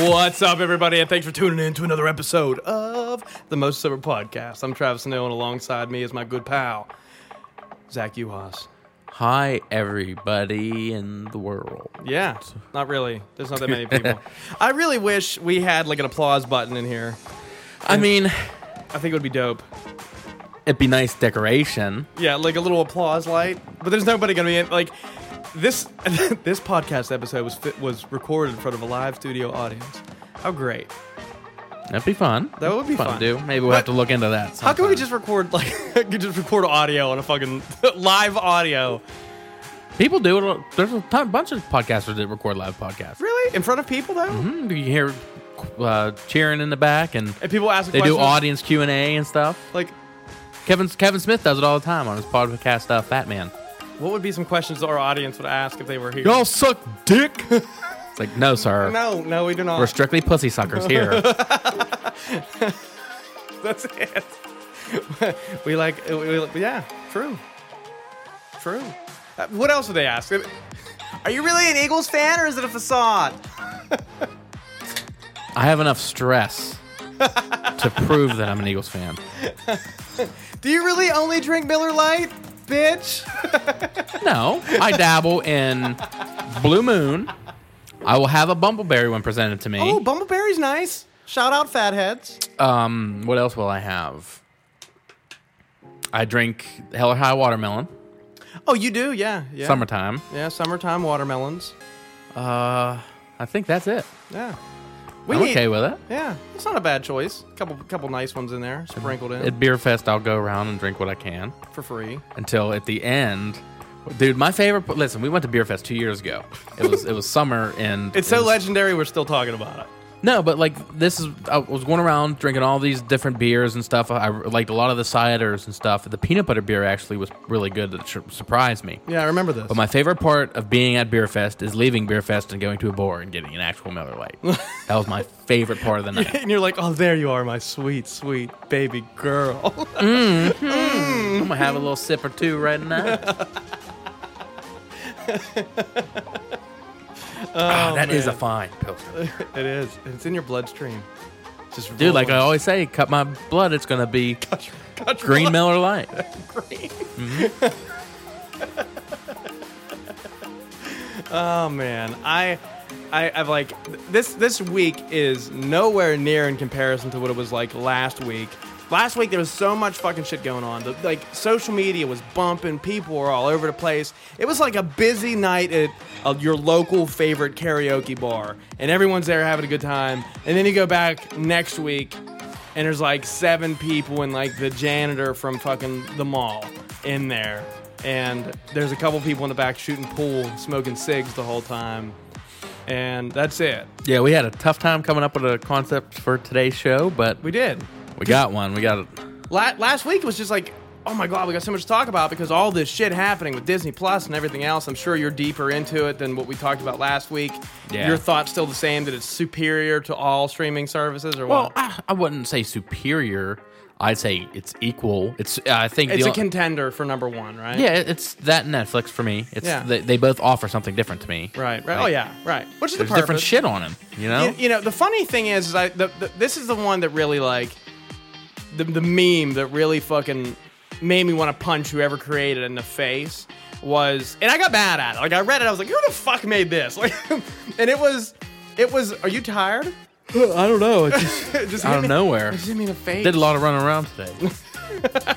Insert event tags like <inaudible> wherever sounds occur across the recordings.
What's up, everybody, and thanks for tuning in to another episode of the Most Sober Podcast. I'm Travis Neal, and alongside me is my good pal, Zach Uhas. Hi, everybody in the world. Yeah, not really. There's not that <laughs> many people. I really wish we had like an applause button in here. I mean, I think it would be dope. it'd be nice decoration. Yeah, like a little applause light. But there's nobody gonna be in like this. <laughs> this podcast episode was fit, was recorded in front of a live studio audience. How great! That'd be fun. That would be fun. to do. Maybe we'll have to look into that. How can we sometime. just record like <laughs> just record audio on a fucking <laughs> live audio? People do it. There's a ton, bunch of podcasters that record live podcasts. Really? In front of people though? Mm, You hear uh, cheering in the back, and And people ask they questions. do audience Q and A and stuff. Like, Kevin Kevin Smith does it all the time on his podcast, uh, Fat Man. what would be some questions our audience would ask if they were here? Y'all suck dick. <laughs> it's like no, sir. <laughs> No, no, we do not. We're strictly pussy suckers here. <laughs> That's it. <laughs> we like, we, we- yeah, true, true. Uh, What else would they ask? <laughs> Are you really an Eagles fan, or is it a facade? I have enough stress to prove that I'm an Eagles fan. Do you really only drink Miller Lite, bitch? No, I dabble in Blue Moon. I will have a bumbleberry when presented to me. Oh, Bumbleberry's nice. Shout out Fatheads. Um, what else will I have? I drink hell or high watermelon. Oh, you do, yeah, yeah. Summertime. yeah, summertime watermelons. Uh, I think that's it. Yeah, we I'm need- okay with it. Yeah, it's not a bad choice. Couple, couple nice ones in there, sprinkled in At Beer Fest, I'll go around and drink what I can for free. until at the end. Dude, my favorite. Listen, we went to Beer Fest two years ago. It was it was summer and It's it so was- legendary. We're still talking about it. No, but like this is I was going around drinking all these different beers and stuff. I liked a lot of the ciders and stuff. The peanut butter beer actually was really good. That sur- surprised me. Yeah, I remember this. But my favorite part of being at Beer Fest is leaving Beer Fest and going to a bar and getting an actual Miller Lite. <laughs> that was my favorite part of the night. and you're like, oh, there you are, my sweet, sweet baby girl. <laughs> I'm gonna have a little sip or two right now. <laughs> Ah, that is a fine pilsner, it is. It's in your bloodstream. It's Just dude. Like I rolling. always say, cut my blood. It's gonna be Got your green blood- Miller Lite. <laughs> Oh man, I, I, I've like this. This week is nowhere near in comparison to what it was like last week. Last week there was so much fucking shit going on. The, like social media was bumping, people were all over the place. It was like a busy night at uh, your local favorite karaoke bar, and everyone's there having a good time. And then you go back next week, and there's like seven people and like the janitor from fucking the mall in there and there's a couple people in the back shooting pool smoking cigs the whole time and that's it Yeah, we had a tough time coming up with a concept for today's show, but we we, did got one. We got it. La- last week was just like oh my god we got so much to talk about because all this shit happening with disney plus and everything else i'm sure you're deeper into it than what we talked about last week Yeah. your thoughts still the same that it's superior to all streaming services or Well, what I, I wouldn't say superior. I'd say it's equal. It's I think it's the, a contender for number one right yeah, it's that and Netflix for me. It's Yeah. they, they both offer something different to me. right right oh yeah right which is There's the different purpose. shit on them, you know. You, you know, the funny thing is, is I, the, the, this is the one that really like the, the meme that really fucking made me want to punch whoever created it in the face was, and I got mad at it. Like I read it, I was like, who the fuck made this? <laughs> Like, and it was, it was. Are you tired? I don't know. It <laughs> just Just hit out me- of nowhere. Just hit me in the face. Did a lot of running around today. <laughs>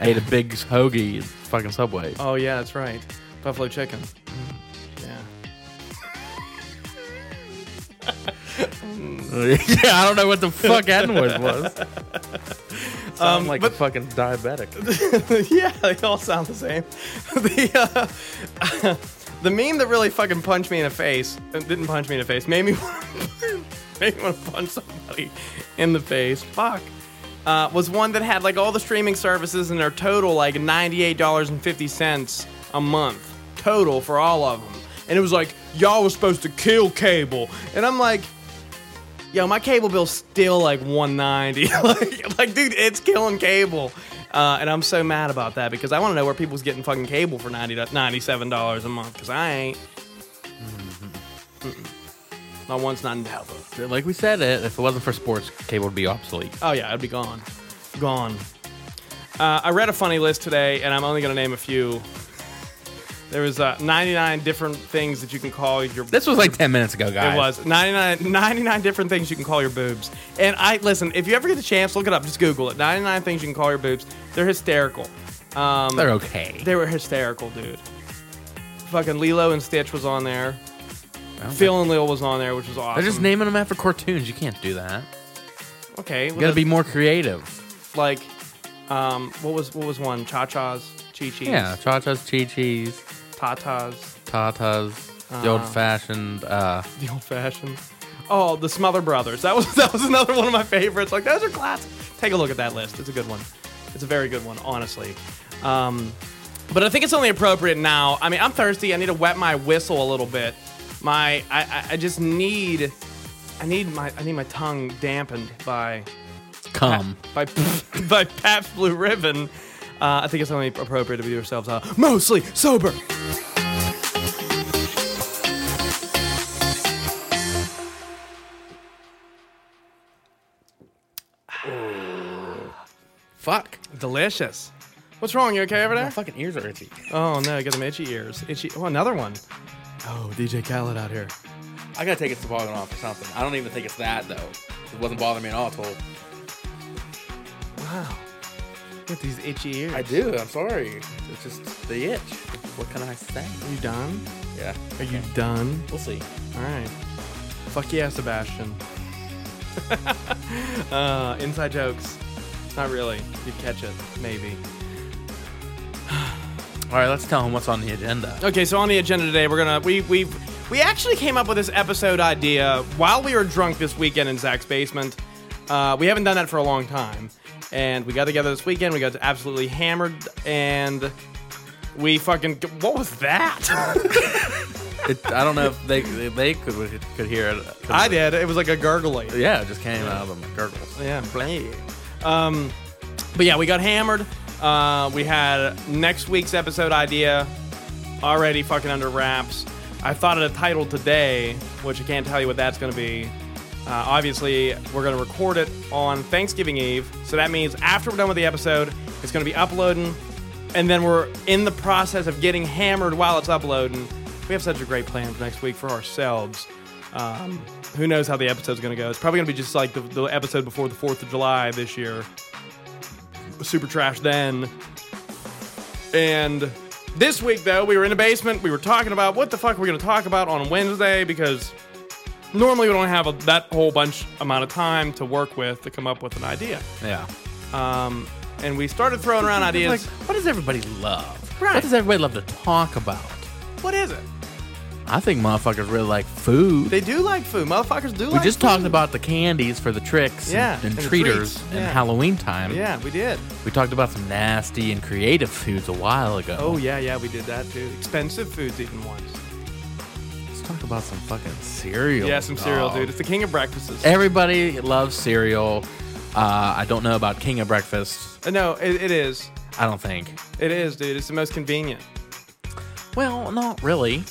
I ate a big hoagie at fucking Subway. Oh yeah, that's right. Buffalo chicken. Mm-hmm. Yeah. <laughs> yeah, I don't know what the <laughs> fuck Edward was. Sound Um, like a fucking <laughs> diabetic. yeah, they all sound the same. <laughs> the, uh, <laughs> the meme that really fucking punched me in the face, uh, didn't <laughs> punch me in the face, made me, made me want to punch somebody in the face. Fuck. uh, was one that had like all the streaming services and their total like $98.50 a month total for all of them. And it was like, y'all was supposed to kill cable. And I'm like, yo, my cable bill's still like 190. <laughs> like, like, dude, it's killing cable. Uh, and I'm so mad about that because I want to know where people's getting fucking cable for 90, $97 a month because I ain't. Mm-mm. Not once, not never. Like we said, it if it wasn't for sports, cable would be obsolete. Oh yeah, I'd be gone, gone. Uh, I read a funny list today, and I'm only going to name a few. There was uh, 99 different things that you can call your. This was like ten minutes ago, guys. It was 99, 99 different things you can call your boobs. And I listen. If you ever get the chance, look it up. Just Google it. 99 things you can call your boobs. They're hysterical. Um, They're okay. they were hysterical, dude. Fucking Lilo and Stitch was on there. Phil and Lil was on there, which was awesome. They're just naming them after cartoons. You can't do that. okay. well, You gotta that's- be more creative. like um what was what was one cha cha's chi chi's Yeah, cha-chas, chi-chis, tatas tatas, the old-fashioned. Uh, the old fashioned oh the smother brothers that was <laughs> that was another one of my favorites like those are classic take a look at that list it's a good one it's a very good one honestly um but i think it's only appropriate now i mean i'm thirsty i need to wet my whistle a little bit my i i, I just need i need my i need my tongue dampened by come. by <laughs> by Pabst Blue Ribbon. Uh, I think it's only appropriate to be yourselves uh, mostly <sighs> sober. Fuck. Delicious. What's wrong? You okay over there? fucking ears are itchy. Oh no, get them itchy ears. Itchy. Oh, another one. Oh, DJ Khaled out here. I gotta take a toboggan off or something. I don't even think it's that though. It wasn't bothering me at all. Told. Wow. Get these itchy ears. do. I'm sorry. It's just the itch. What can I say? Are you done? Yeah. Are you done? We'll see. All right. Fuck yeah, Sebastian. <laughs> uh, inside jokes. Not really. You'd catch it, maybe. All right. Let's tell him what's on the agenda. Okay, so on the agenda today, we're gonna we we we actually came up with this episode idea while we were drunk this weekend in Zach's basement. Uh, we haven't done that for a long time, and we got together this weekend. We got absolutely hammered, and we fucking what was that? <laughs> It, I don't know if they they could could hear it. I did. It was like a gurgling. Yeah, it just came out of my gurgles. Yeah, play. Um, but yeah, we got hammered. Uh, we had next week's episode idea already fucking under wraps. I thought of a title today, which I can't tell you what that's going to be. Uh, obviously, we're going to record it on Thanksgiving Eve, so that means after we're done with the episode, it's going to be uploading, and then we're in the process of getting hammered while it's uploading. We have such a great plan for next week for ourselves. Um, who knows how the episode's going to go? It's probably going to be just like the, the episode before the 4th of July this year. Super trash then. And this week, though, we were in the basement. We were talking about what the fuck we're going to talk about on Wednesday because normally we don't have a, that whole bunch amount of time to work with to come up with an idea. Yeah. Um, and we started throwing around Like, ideas. what does everybody love? Right. What does everybody love to talk about? what is it? I think motherfuckers really like food. They do like food. Motherfuckers do we like just food. talked about the candies for the tricks Yeah, and, and and the treaters treats, and yeah. Halloween time. Yeah, we did. We talked about some nasty and creative foods a while ago. Oh, yeah, yeah, we did that too. Expensive foods, even once. Let's talk about some fucking cereal. Yeah, some cereal, dog. dude. It's the king of breakfasts. Everybody loves cereal. Uh, I don't know about King of Breakfast. Uh, no, it, it is. I don't think. It is, dude. It's the most convenient. Well, not really.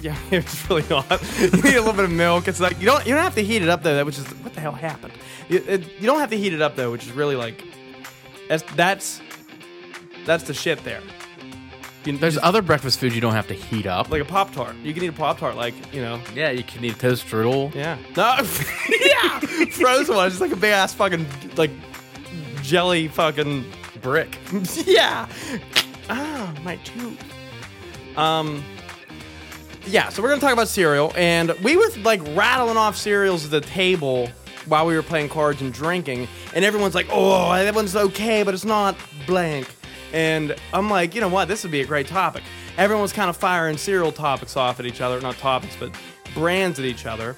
Yeah, <laughs> it's really hot. you need a little bit of milk. It's like you don't you don't have to heat it up though. That which is what the hell happened. You, it, you don't have to heat it up though, which is really like that's that's that's the shit there. You, There's just- other breakfast foods you don't have to heat up. like a pop tart. You can eat a pop tart, like you know. yeah, you can eat a toast strudel. Yeah. No. <laughs> yeah. Frozen one. It's just like a big ass fucking like jelly fucking brick. <laughs> yeah. Ah, my tooth. Um. Yeah. So we're gonna talk about cereal, and we were like rattling off cereals at the table while we were playing cards and drinking, and everyone's like, "Oh, that one's okay, but it's not blank." And I'm like, you know what? This would be a great topic. Everyone's kind of firing cereal topics off at each other, not topics, but brands at each other.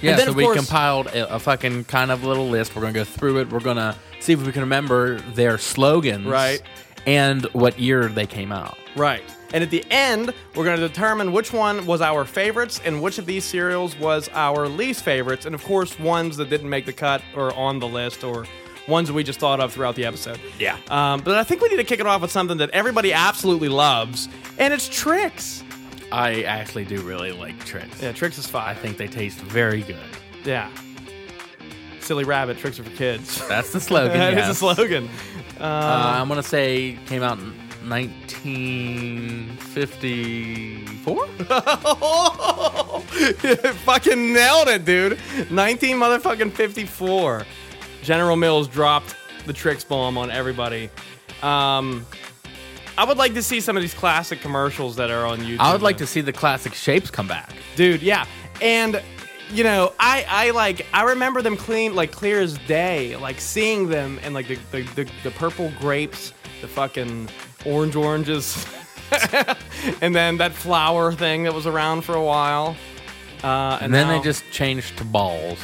Yeah, and then so of we course, compiled a, a fucking kind of little list. We're gonna go through it. We're gonna see if we can remember their slogans, Right. And what year they came out. Right. And at the end, we're going to determine which one was our favorites and which of these cereals was our least favorites. And of course, ones that didn't make the cut or on the list or ones that we just thought of throughout the episode. Yeah. Um, but I think we need to kick it off with something that everybody absolutely loves, and it's Tricks. I actually do really like tricks. Yeah, Tricks is I five. think they taste very good. Yeah. Silly Rabbit, Tricks are for kids. <laughs> That's the slogan. That is yes. a slogan. Uh, I'm gonna say came out in <laughs> 1954. Oh, <laughs> fucking nailed it, dude. 19 motherfucking 54. General Mills dropped the tricks bomb on everybody. Um, I would like to see some of these classic commercials that are on YouTube. I would like to see the classic shapes come back. dude. Yeah, and you know, I I like I remember them clean like clear as day, like seeing them and like the the, the, the purple grapes, the fucking orange oranges, <laughs> and then that flower thing that was around for a while. Uh, and, And then now- they just changed to balls.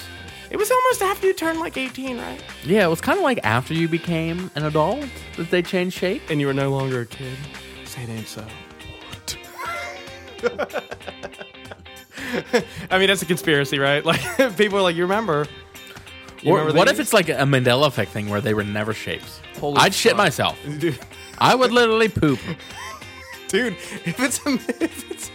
it was almost after you turned like 18, right? Yeah, it was kind of like after you became an adult that they changed shape. And you were no longer a kid. Say it ain't so. <laughs> I mean, that's a conspiracy, right? Like <laughs> people are like, you remember? You Or remember what these? if it's like a Mandela effect thing where they were never shapes? Holy I'd shit fuck. <laughs> myself. Dude, I would literally poop. dude, if it's, a, <laughs> if it's,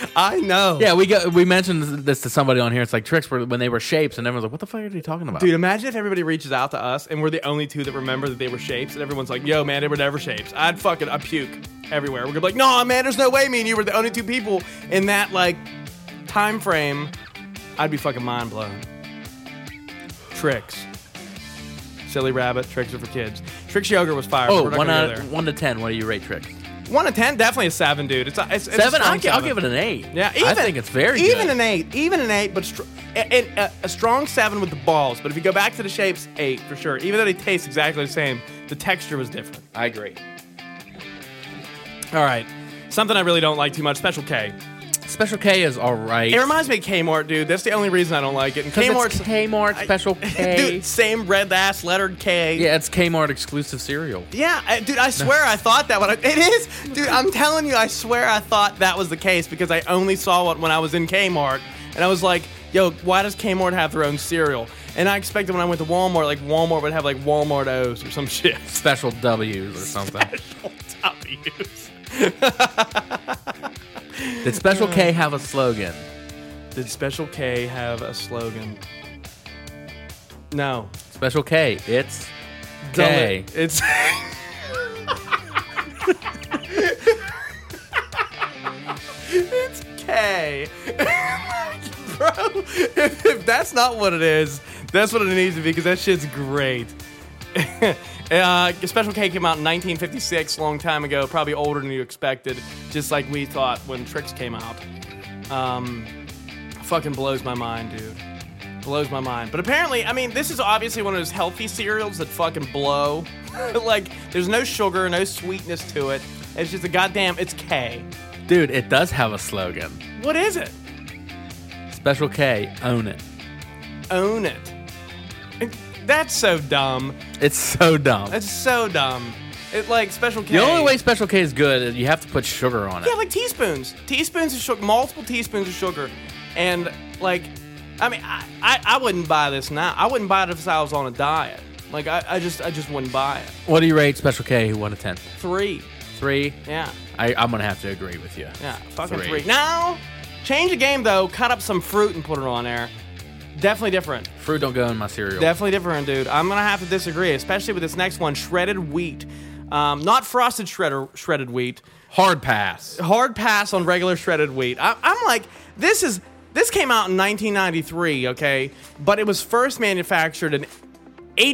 a, I know. <laughs> Yeah, we go, we mentioned this to somebody on here. It's like tricks were when they were shapes, and everyone's like, "What the fuck are you talking about?" Dude, imagine if everybody reaches out to us and we're the only two that remember that they were shapes, and everyone's like, "Yo, man, they were never shapes." I'd fucking I puke everywhere. We're gonna be like, "No, man, there's no way." Me and you were the only two people in that like time frame. I'd be fucking mind blown. Tricks, silly rabbit. Tricks are for kids. Tricks yogurt was fire. but oh, we're not one gonna go out, there. one to ten. What do you rate tricks? one to ten, definitely a seven, dude. It's, a, it's it's a Seven. strong I'll, gi- I'll seven. give it an eight. Yeah, even, I think it's very even good. an eight, even an eight, but str- and, uh, a strong seven with the balls. But if you go back to the shapes, eight for sure. Even though they taste exactly the same, the texture was different. I agree. All right, something I really don't like too much. Special K. Special K is all right. It reminds me of Kmart, dude. That's the only reason I don't like it. And Kmart. Kmart's Kmart <laughs> Special <laughs> K. dude, same red ass lettered K. yeah, it's Kmart exclusive cereal. Yeah, I, dude, I swear I thought that when I, it is, dude. I'm telling you, I swear I thought that was the case because I only saw it when I was in Kmart, and I was like, "Yo, why does Kmart have their own cereal?" And I expected when I went to Walmart, like Walmart would have like Walmart O's or some <laughs> shit. Special W's or something. <laughs> W's. Did Special K have a slogan? Did Special K have a slogan? No. Special K. It's Dumb K. it. It's. <laughs> it's K. <laughs> Bro, if, if that's not what it is, that's what it needs to be because that shit's great. <laughs> uh, Special K came out in 1956, long time ago, probably older than you expected, just like we thought when Tricks came out. Um, fucking blows my mind, dude blows my mind. But apparently, I mean, this is obviously one of those healthy cereals that fucking blow. <laughs> like, there's no sugar, no sweetness to it. It's just a goddamn. It's K. Dude, it does have a slogan. What is it? Special K, own it. Own it. It- That's so dumb. It's so dumb. That's so dumb. It like special K. the only way Special K is good is you have to put sugar on it. Yeah, like teaspoons. Teaspoons of sugar, multiple teaspoons of sugar, and like, I mean, I, I, I wouldn't buy this now. I wouldn't buy it if I was on a diet. Like, I, I just, I just wouldn't buy it. what do you rate Special K? One to ten. Three. Three. Yeah. I, I'm gonna have to agree with you. Yeah, fucking three. Now, change the game though. Cut up some fruit and put it on there. Definitely different. Fruit don't go in my cereal. Definitely different, dude. I'm gonna have to disagree, especially with this next one: shredded wheat. Um, not frosted shredder, shredded wheat. Hard pass. Hard pass on regular shredded wheat. I, I'm like, this is this came out in 1993, okay, but it was first manufactured in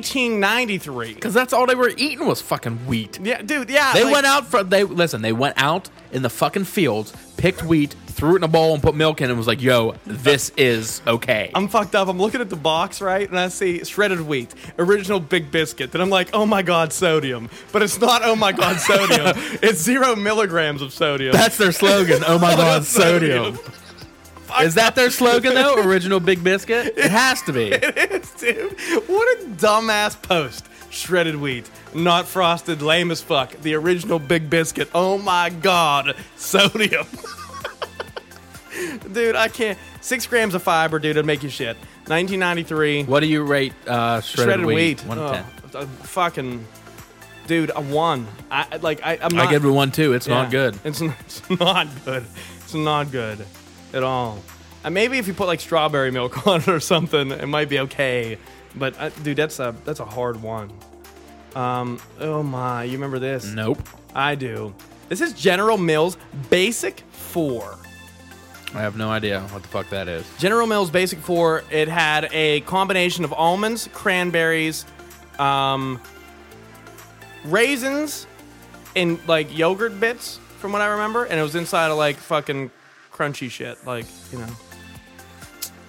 1893. Cause that's all they were eating was fucking wheat. Yeah, dude. Yeah, They like- went out from they listen. They went out in the fucking fields, picked wheat, threw it in a bowl, and put milk in, and was like, "Yo, this is okay." I'm fucked up. I'm looking at the box, right? And I see shredded wheat, original Big Biscuit. And I'm like, oh my God, sodium. But it's not, oh my God, sodium. <laughs> it's zero milligrams of sodium. <laughs> That's their slogan. Oh my god, sodium. fuck Is that their slogan though? Original Big Biscuit? It has <laughs> to be. is, dude. What a dumbass post. Shredded wheat, not frosted, lame as fuck. The original Big Biscuit. Oh my god, sodium. <laughs> dude, I can't. Six grams of fiber, dude, it'd make you shit. 1993. What do you rate uh, shredded, Shredded wheat. One to Oh, ten. a fucking, dude, a one. I like. I, I'm not. I give it a one too. It's not Yeah. good. It's, n- <laughs> it's not good. It's not good at all. And maybe if you put like strawberry milk <laughs> on it or something, it might be okay. But uh, dude, that's a that's a hard one. Um, oh my, you remember this? Nope. I do. This is General Mills Basic Four. I have no idea what the fuck that is. General Mills Basic Four. It had a combination of almonds, cranberries, um, raisins, and like yogurt bits, from what I remember. And it was inside of like fucking crunchy shit, like you know.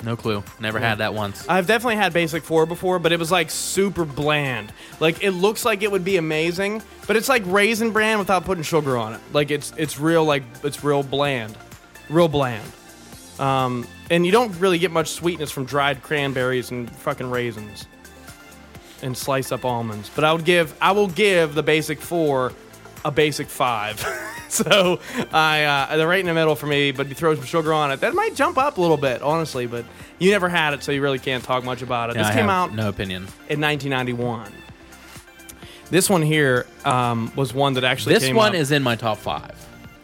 No clue. Never had that once. I've definitely had Basic Four before, but it was like super bland. Like it looks like it would be amazing, but it's like raisin bran without putting sugar on it. Like it's it's real like it's real bland, real bland. Um, and you don't really get much sweetness from dried cranberries and fucking raisins, and slice up almonds. But I would give I will give the Basic Four a Basic Five. <laughs> so I uh, they're right in the middle for me. But you throw some sugar on it, that might jump up a little bit, honestly. But you never had it, so you really can't talk much about it. Yeah, this I came have out No opinion. in 1991. This one here um, was one that actually This came one up- is in my top five.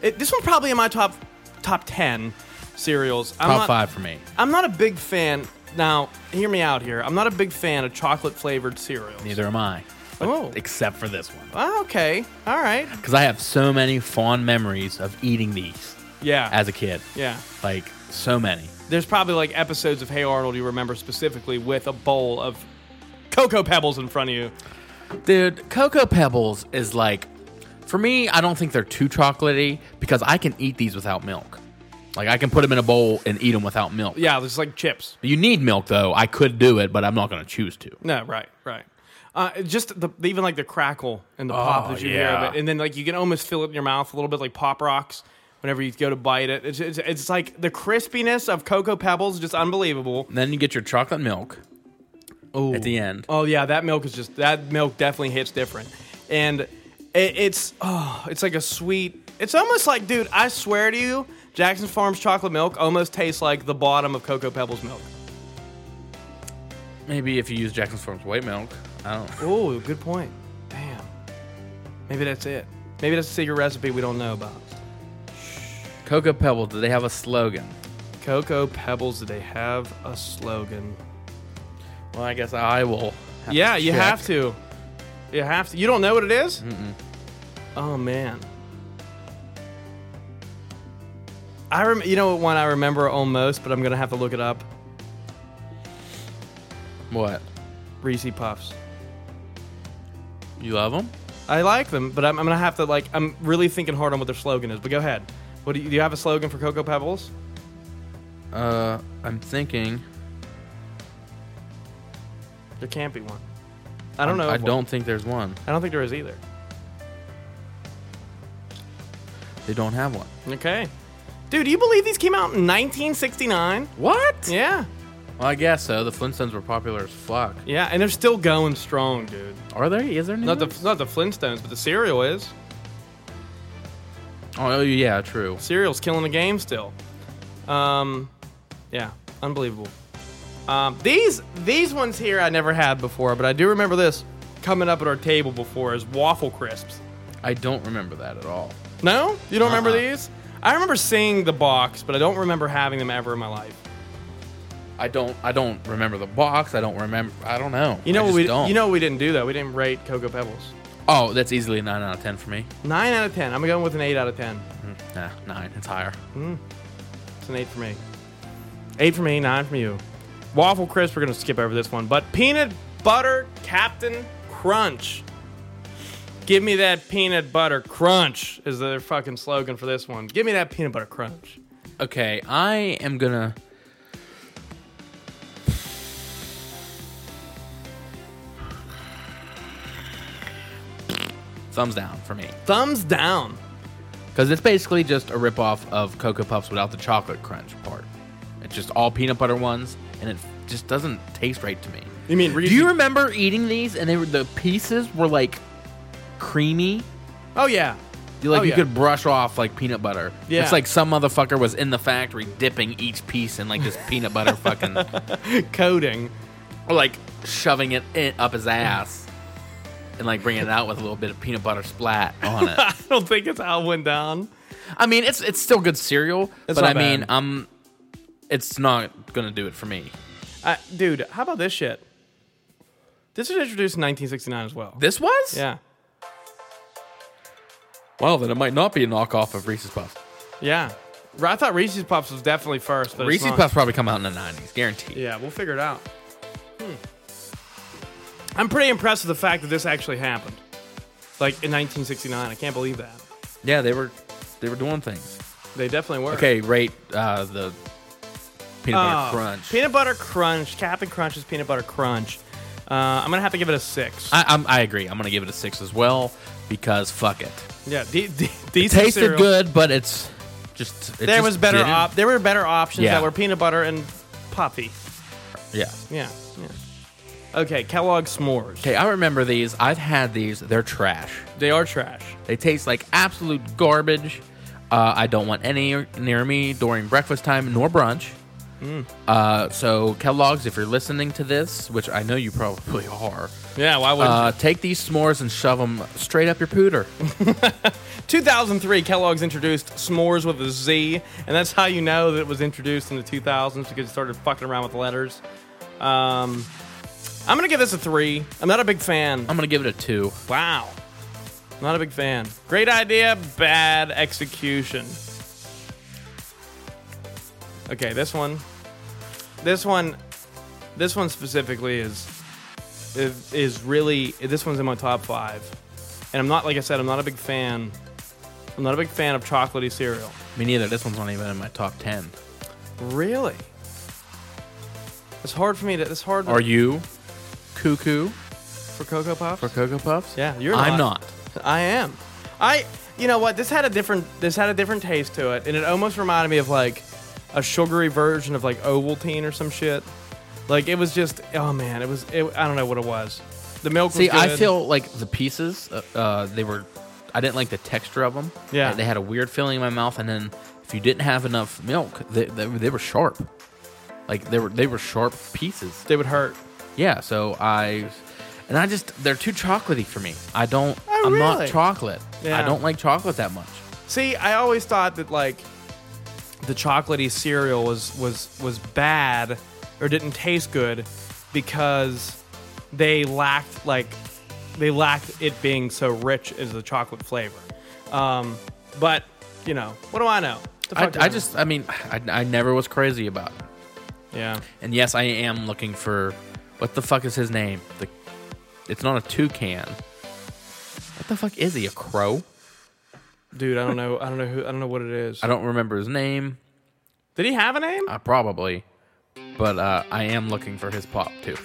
it, this one probably in my top top ten cereals. I'm Top not, five for me. I'm not a big fan. Now, hear me out here. I'm not a big fan of chocolate flavored cereals. Neither am I. Oh, Except for this one. ah, okay. All right. Because I have so many fond memories of eating these Yeah. as a kid. yeah. Like, so many. There's probably like episodes of Hey Arnold you remember specifically with a bowl of cocoa pebbles in front of you. Dude, Cocoa Pebbles is like, for me, I don't think they're too chocolatey because I can eat these without milk. Like, I can put them in a bowl and eat them without milk. Yeah, there's like chips. You need milk, though. I could do it, but I'm not going to choose to. No, right, right. Uh, it just the even like the crackle and the pop that you hear Oh, yeah. of it, and then like you can almost feel it in your mouth a little bit, like pop rocks. Whenever you go to bite it, it's, it's, it's like the crispiness of cocoa pebbles, is just unbelievable. And then you get your chocolate milk Ooh. at the end. Oh yeah, that milk is just that milk definitely hits different, and it, it's oh, it's like a sweet. It's almost like, dude, I swear to you, Jackson Farms chocolate milk almost tastes like the bottom of cocoa pebbles milk. Maybe if you use Jackson's Farms white milk. I don't know. Oh, good point. Damn. Maybe that's it. Maybe that's a secret recipe we don't know about. Cocoa Pebbles, do they have a slogan? Cocoa Pebbles, do they have a slogan? Well, I guess I will. have yeah, you check. have to. You have to. You don't know what it is? Oh, man. I rem- You know what one I remember almost, but I'm going to have to look it up? What? Reese Puffs. You love them? I like them, but I'm, I'm going to have to, like, I'm really thinking hard on what their slogan is, but go ahead. What do, you, do you have a slogan for Cocoa Pebbles? Uh, I'm thinking. There can't be one. I don't know. I of one. don't think there's one. I don't think there is either. They don't have one. Okay. Dude, do you believe these came out in 1969? What? Yeah. Well, I guess so. The Flintstones were popular as fuck. Yeah, and they're still going strong, dude. Are there? Is there new Not the ones? not the Flintstones, but the cereal is. Oh, yeah, true. Cereal's killing the game still. Um, yeah, unbelievable. Um, these these ones here I never had before, but I do remember this coming up at our table before as waffle crisps. I don't remember that at all. No, you don't remember Uh-uh. these? I remember seeing the box, but I don't remember having them ever in my life. I don't. I don't remember the box. I don't remember. I don't know. You know I what just we don't. you know what we didn't do though. We didn't rate Cocoa Pebbles. Oh, that's easily a nine out of ten for me. Nine out of ten. I'm going with an eight out of ten. Nah, nine. It's higher. It's an eight for me. Eight for me, nine from you. Waffle crisp. We're gonna skip over this one, but peanut butter Captain Crunch. Give me that peanut butter crunch is their fucking slogan for this one. Give me that peanut butter crunch. Okay, I am gonna. <sighs> Thumbs down for me. Thumbs down. Because it's basically just a ripoff of Cocoa Puffs without the chocolate crunch part. It's just all peanut butter ones, and it just doesn't taste right to me. You mean Do you Reese's- remember eating these and they were the pieces were like creamy? Oh <laughs> yeah. You like Oh, you yeah. could brush off like peanut butter. Yeah. It's like some motherfucker was in the factory dipping each piece in like this peanut <laughs> butter fucking Coating. or like shoving it in, up his ass and like bringing it out with a little bit of peanut butter splat on <laughs> it. I don't think it's how it went down. I mean, it's it's still good cereal, It's but I not mean, bad. um, it's not gonna do it for me. Uh, dude, how about this shit? This was introduced in 1969 as well. This was yeah. Well, then it might not be a knockoff of Reese's Puffs. Yeah. Re- I thought Reese's Puffs was definitely first. But it's Reese's not. Puffs probably come out in the nineties, guaranteed. Yeah, we'll figure it out. Hmm. I'm pretty impressed with the fact that this actually happened. Like in 1969. I can't believe that. Yeah, they were they were doing things. They definitely were. Okay, rate uh, the peanut Oh, butter crunch. Peanut Butter Crunch. Captain Crunch's Peanut Butter Crunch. Uh, I'm going to have to give it a six. I, I'm, I agree. I'm gonna give it a six as well because fuck it. yeah. De- de- these Tasted cereals- good, but it's just it There just was better didn't- op- There were better options Yeah. that were peanut butter and poppy. Yeah. Yeah. Yeah. Okay, Kellogg s'mores. Okay, I remember these. I've had these. They're trash. They are trash. They taste like absolute garbage. Uh, I don't want any near me during breakfast time nor brunch. Uh, so Kellogg's, if you're listening to this, which I know you probably are, Yeah, why would uh, take these s'mores and shove them straight up your pooter. 2003, Kellogg's introduced s'mores with a Z, and that's how you know that it was introduced in the 2000s because it started fucking around with letters. Um, I'm gonna give this a three. I'm not a big fan. I'm gonna give it a two. Wow, not a big fan. Great idea, bad execution. Okay, this one, this one, this one specifically is is, is really this one's in my top five, and I'm not like I said, I'm not a big fan. I'm not a big fan of chocolatey cereal. Me neither. This one's not even in my top ten. Really, it's hard for me to. It's hard Are you cuckoo for Cocoa Puffs. for Cocoa Puffs? Yeah, you're I'm not. not. I am. I you know what? This had a different this had a different taste to it, and it almost reminded me of like a sugary version of like Ovaltine or some shit. Like it was just oh man, it was it, I don't know what it was. The milk. See, was good. I feel like the pieces, uh, uh, they were, I didn't like the texture of them. Yeah. They had a weird feeling in my mouth. And then if you didn't have enough milk, they, they, they were sharp. Like they were, they were sharp pieces. they would hurt. Yeah. So I, and I just, they're too chocolatey for me. I don't, Oh, I'm not really? chocolate. Yeah. I don't like chocolate that much. See, I always thought that like the chocolatey cereal was was was bad or didn't taste good because they lacked like they lacked it being so rich as the chocolate flavor. Um, but you know, what do I know? The I, fuck do I know? just, I mean, I, I never was crazy about it. yeah. And yes, I am looking for, what the fuck is his name? The, it's not a toucan. What the fuck is he? A crow? Dude, I don't know. I don't know who. I don't know what it is. I don't remember his name, Did he have a name? uh, probably, but uh, I am looking for his pop too.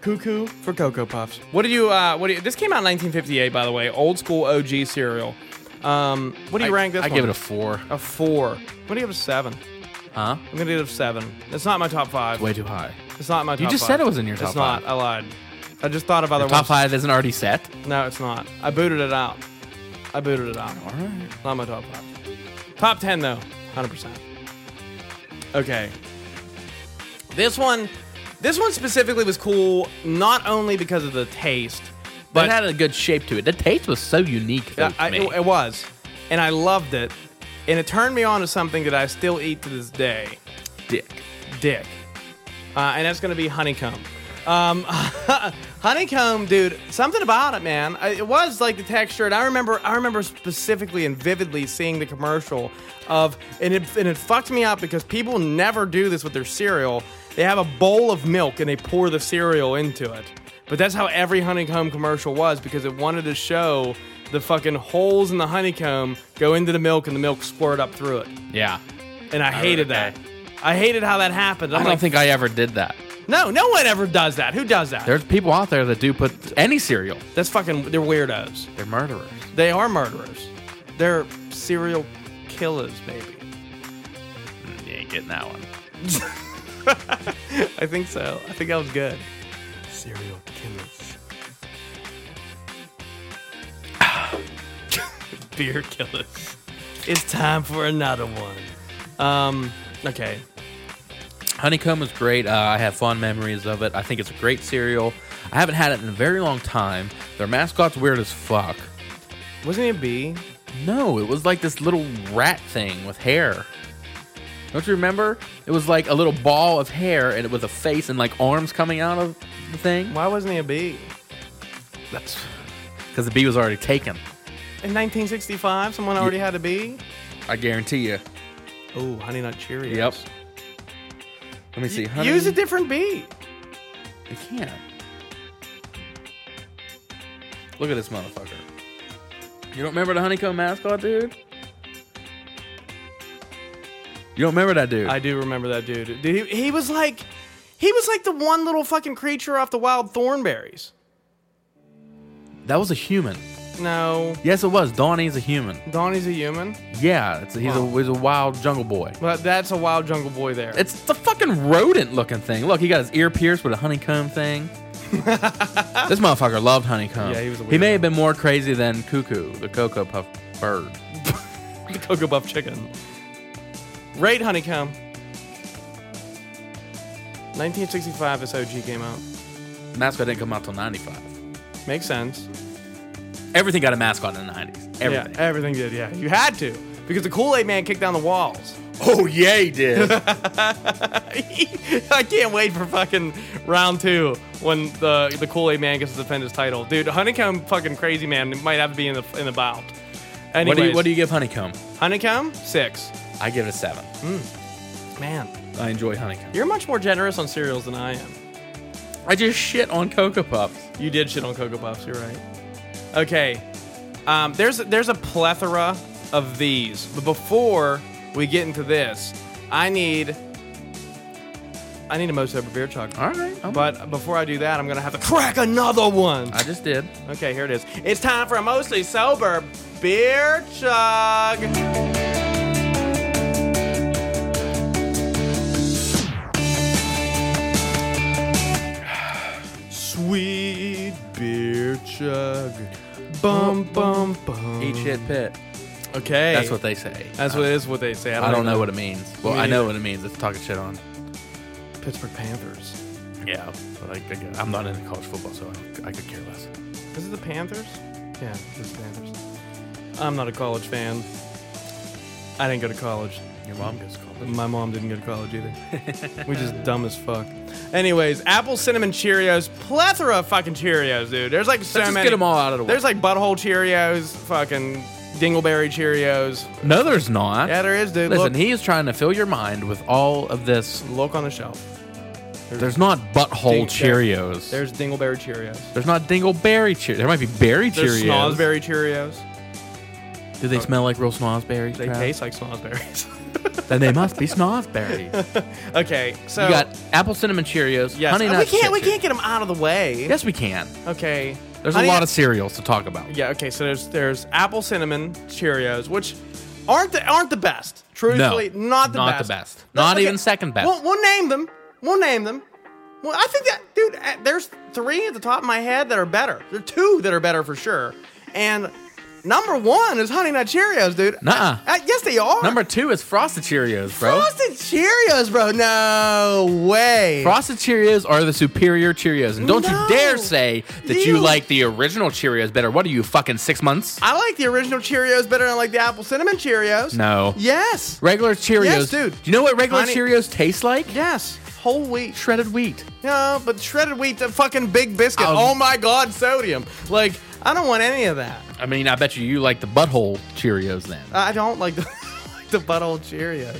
Cuckoo for Cocoa Puffs. What do you? Uh, what do you? This came out in 1958, by the way. Old school OG cereal. Um, what do you I, rank this? I one? give it a four. A four. I'm gonna give it a seven. Huh? I'm gonna give it a seven. It's not my top five. Way too high. It's not my top You just five. said it was in your top It's not. five. I lied. I just thought of other Top ones. five isn't already set. No, it's not. I booted it out. I booted it out. All right. Not my top five. Top ten though, hundred percent. Okay. This one, this one specifically was cool not only because of the taste, But but it had a good shape to it. The taste was so unique. though, Yeah, to I, me. it, it was, and I loved it, and it turned me on to something that I still eat to this day. Dick. dick. Uh, and that's going to be honeycomb. Um, <laughs> honeycomb, dude, something about it, man. I, it was like the texture, and I remember, I remember specifically and vividly seeing the commercial of, and it, and it fucked me up because people never do this with their cereal. They have a bowl of milk and they pour the cereal into it. But that's how every honeycomb commercial was because it wanted to show the fucking holes in the honeycomb go into the milk and the milk squirt up through it. Yeah. And I hated that. I hated how that happened. I I'm don't like, think I ever did that. no, no one ever does that. Who does that? There's people out there that do put any cereal. That's fucking. They're weirdos. They're murderers. They are murderers. They're serial killers, baby. Dick. getting that one. I think so. I think that was good. Serial killers. <laughs> Beer killers. It's time for another one. Um, okay. Honeycomb was great. Uh, I have fond memories of it. I think it's a great cereal. I haven't had it in a very long time. Their mascot's weird as fuck. Wasn't it a bee? No, it was like this little rat thing with hair. Don't you remember? It was like a little ball of hair and it with a face and like arms coming out of the thing. Why wasn't he a bee? That's because the bee was already taken. In 1965, someone already had a bee? I guarantee you. Oh, Honey Nut Cheerios. Yep. Let me see. Honey, Use a different bee. I can't. Look at this motherfucker. You don't remember the honeycomb mascot, dude? You don't remember that dude? I do remember that dude. Dude, he, he was like, he was like the one little fucking creature off the wild thornberries. that was a human. No, Yes, it was. Donnie's a human. Donnie's a human. Yeah, it's, he's, a, he's a wild jungle boy. But that's a wild jungle boy there. It's the fucking rodent looking thing. Look, he got his ear pierced with a honeycomb thing. <laughs> this motherfucker loved honeycomb. Yeah, he was a he may weirdo. have been more crazy than Cuckoo, the Cocoa Puff bird. the Cocoa Buff Chicken. Raid Honeycomb. 1965 SOG came out. Mascot didn't come out till 95. Makes sense. Everything got a mascot in the 90s. Everything. Yeah, Eh. everything did, yeah. You had to. Because the Kool Aid Man kicked down the walls. Oh, yeah, <laughs> he did. I can't wait for fucking round two when the the Kool Aid Man gets to defend his title, dude. Honeycomb fucking crazy man might have to be in the in the bout. what, Anyways, do you, what do you give Honeycomb? Honeycomb six. I give it a 7. Man, I enjoy Honeycomb. you're much more generous on cereals than I am. I just shit on Cocoa Puffs. You did shit on Cocoa Puffs. You're right. Okay, um, there's there's a plethora of these, but before we get into this, I need I need a most sober beer chug. All right. I'm- But before I do that, I'm gonna have to crack another one. I just did. Okay, here it is. It's time for a mostly sober beer chug. <sighs> Sweet beer chug. Bum bum bum. Eat shit pit. Okay. That's what they say. Mm. That's what it is. What they say. I don't know what it means. Well, Me I know neither. what it means. It's talking shit on. Pittsburgh Panthers. Yeah, but I, I, am not into college football, so I, I could care less. Is it the Panthers? Yeah, it's the Panthers. I'm not a college fan. I didn't go to college. Your mom goes to college. My mom didn't go to college either. we just dumb as fuck. Anyways, apple cinnamon Cheerios, plethora of fucking Cheerios, dude. There's like so Let's just many. get 'em all out of the way. There's like butthole Cheerios, fucking dingleberry Cheerios. No, there's not. Yeah, there is, dude. Listen, look, he is trying to fill your mind with all of this. look on the shelf. There's not butthole Ding- Cheerios. There's There's, dingleberry Cheerios. not dingleberry Cheerios. There might be berry There's Cheerios. snozberry Cheerios. Do they smell like real snozberries? They Trav? taste like snozberries. Then they must be snozberries. you <laughs> okay, <laughs> so got apple cinnamon Cheerios. yes, Oh, Uh, honey we nut can't we Cheerios. can't get them out of the way. Yes, we can. Okay. There's Honey a lot Nut- of cereals to talk about. Yeah. Okay. So there's there's apple cinnamon Cheerios, which aren't the aren't the best. Truthfully, not the not best. the best. Not even second best. We'll, we'll name them. We'll name them. Well, I think that dude. uh, There's three at the top of my head that are better. There are two that are better for sure. And number one is Honey Nut Cheerios, dude. Nuh-uh. Uh, yes, they are. Number two is Frosted Cheerios, bro. Frosted Cheerios, bro. No way. Frosted Cheerios are the superior Cheerios, and don't No. you dare say that you You- like the original Cheerios better. What are you fucking six months? I like the original Cheerios better than I like the apple cinnamon Cheerios. No. Yes. Regular Cheerios, Yes, dude. Do you know what regular Honey- Cheerios taste like? Yes. Whole wheat. Shredded wheat. No, but shredded wheat, the fucking big biscuit. Um, oh my god, sodium. Like, I don't want any of that. I mean, I bet you you like the butthole Cheerios then. I don't like the, <laughs> like the butthole Cheerios.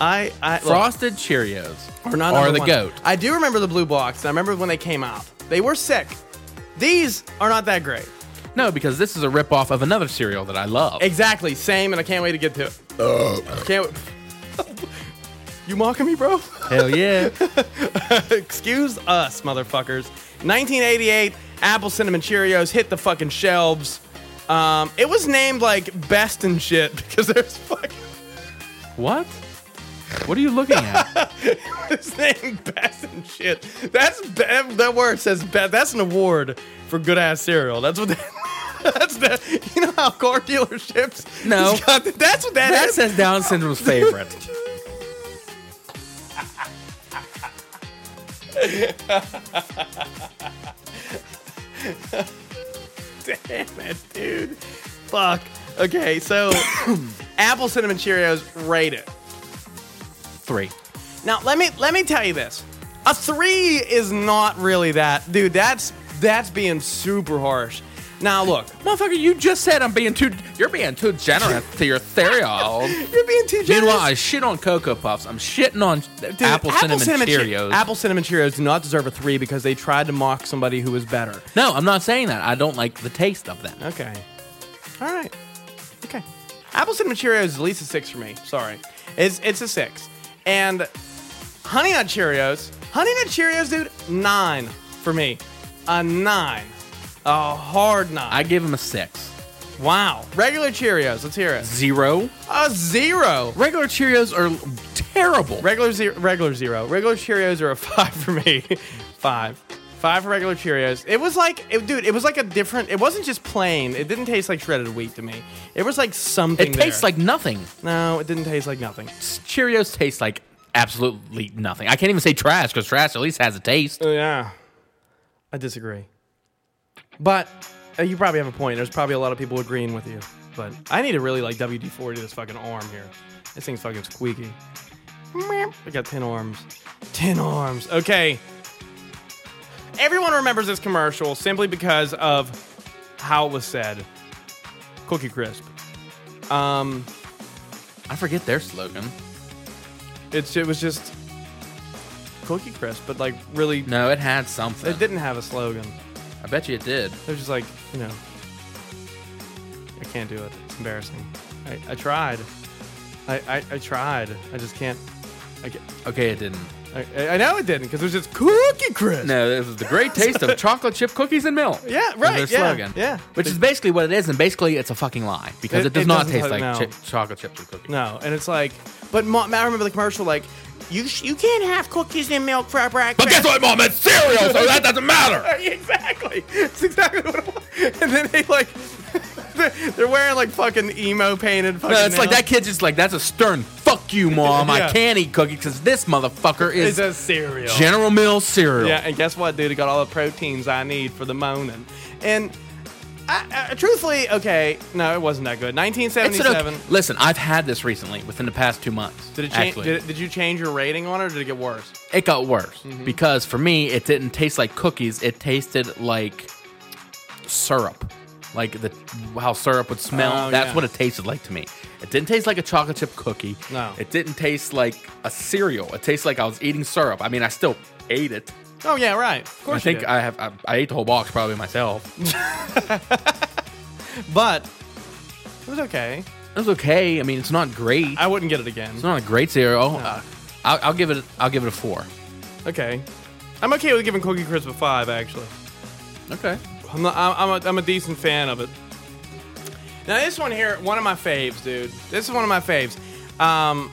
I, I look, Frosted Cheerios are not are number the one. goat. I do remember the blue box. and I remember when they came out. They were sick. These are not that great. No, because this is a ripoff of another cereal that I love. Exactly, same, and I can't wait to get to it. Can't wait. <laughs> you mocking me, bro? Hell yeah. Excuse us, motherfuckers. 1988, Apple Cinnamon Cheerios hit the fucking shelves. Um, it <laughs> was named like best and shit because there's fucking what? What are you looking at? saying best and shit. That's be- that word says best. That's an award for good ass cereal. That's what. <laughs> That, that's that. You know how car dealerships. No. just got- that's what <laughs> that, that is. says Down syndrome's favorite. <laughs> Damn it, dude. Fuck. Okay, so apple cinnamon Cheerios. Rate it. Three. Now let me let me tell you this. A three is not really that, dude. That's that's being super harsh. Now look, Motherfucker, you just said I'm being too. You're being too generous to <laughs> your cereal. you're being too generous. Meanwhile, I shit on Cocoa Puffs. I'm shitting on Dude, apple, cinnamon, Che- Cheerios. apple cinnamon Cheerios do not deserve a three because they tried to mock somebody who was better. no, I'm not saying that. I don't like the taste of that. Okay. All right. Okay. Apple cinnamon Cheerios is at least a six for me. Sorry, it's it's a six. And Honey Nut Cheerios, Honey Nut Cheerios, dude, nine for me. A nine, a hard nine. I give them a six. wow. Regular Cheerios, let's hear it. Zero. A zero. Regular Cheerios are l- terrible. Regular zero, regular zero. Regular Cheerios are a <laughs> five for me. five, five for regular Cheerios. It was like, it, dude, it was like a different. It wasn't just plain. It didn't taste like shredded wheat to me. It was like something. it tastes there. like nothing. No, it didn't taste like nothing. Cheerios taste like absolutely nothing. I can't even say trash because trash at least has a taste. Oh, Yeah, I disagree. But uh, you probably have a point. There's probably a lot of people agreeing with you. But I need to really like WD-40 this fucking arm here. This thing's fucking squeaky. Meow. I got ten arms. Ten arms. Okay. Everyone remembers this commercial simply because of how it was said. Cookie crisp. Um, I forget their slogan. it's it was just cookie crisp, but like really, No, it had something. it didn't have a slogan. I bet you it did. They're just like, you know, I can't do it. It's embarrassing. I, I tried. I, I, I tried. I just can't. I, ca- Okay, it didn't. I, I- I know it didn't because it was just cookie crisp. No, it was the great taste <laughs> of chocolate chip cookies and milk. Yeah, was right, Their yeah, slogan. yeah. Which is basically what it is, and basically it's a fucking lie because It- it, does it not doesn't taste taste- like no. chi- chocolate chip and cookies. No, and it's like, but mom, I remember the commercial like, you sh- you can't have cookies and milk for breakfast. But guess what, mom? It's cereal, so that <laughs> doesn't matter. exactly. It's exactly what. I want. <laughs> And then they like, they're, they're wearing like fucking emo painted. Fucking No, it's like nails. that kid's just like that's a stern fuck you, mom. Yeah. I can't eat cookies because this motherfucker It's is a cereal. General Mills cereal. Yeah, and guess what, dude? It got all the proteins I need for the moaning. And I, I, truthfully, okay, no, it wasn't that good. It's an okay- 1977. Listen, I've had this recently within the past two months. Did it change? actually. Did, it- did you change your rating on it, or did it get worse? it got worse Mm-hmm. because for me it didn't taste like cookies it tasted like syrup like the how syrup would smell Oh, that's yeah. what it tasted like to me it didn't taste like a chocolate chip cookie No. it didn't taste like a cereal it tastes like i was eating syrup i mean i still ate it Oh yeah, right. Of course. i you think did. i have I, I ate the whole box probably myself it but it was okay. was okay i mean it's not great I wouldn't get it again. it's not a great cereal uh, I'll, I'll give it i'll give it a four Okay, I'm okay with giving Cookie Crisp a five. Actually, okay I'm not, I'm, I'm, a, I'm a decent fan of it. Now this one here, one of my faves, dude. This is one of my faves. Um,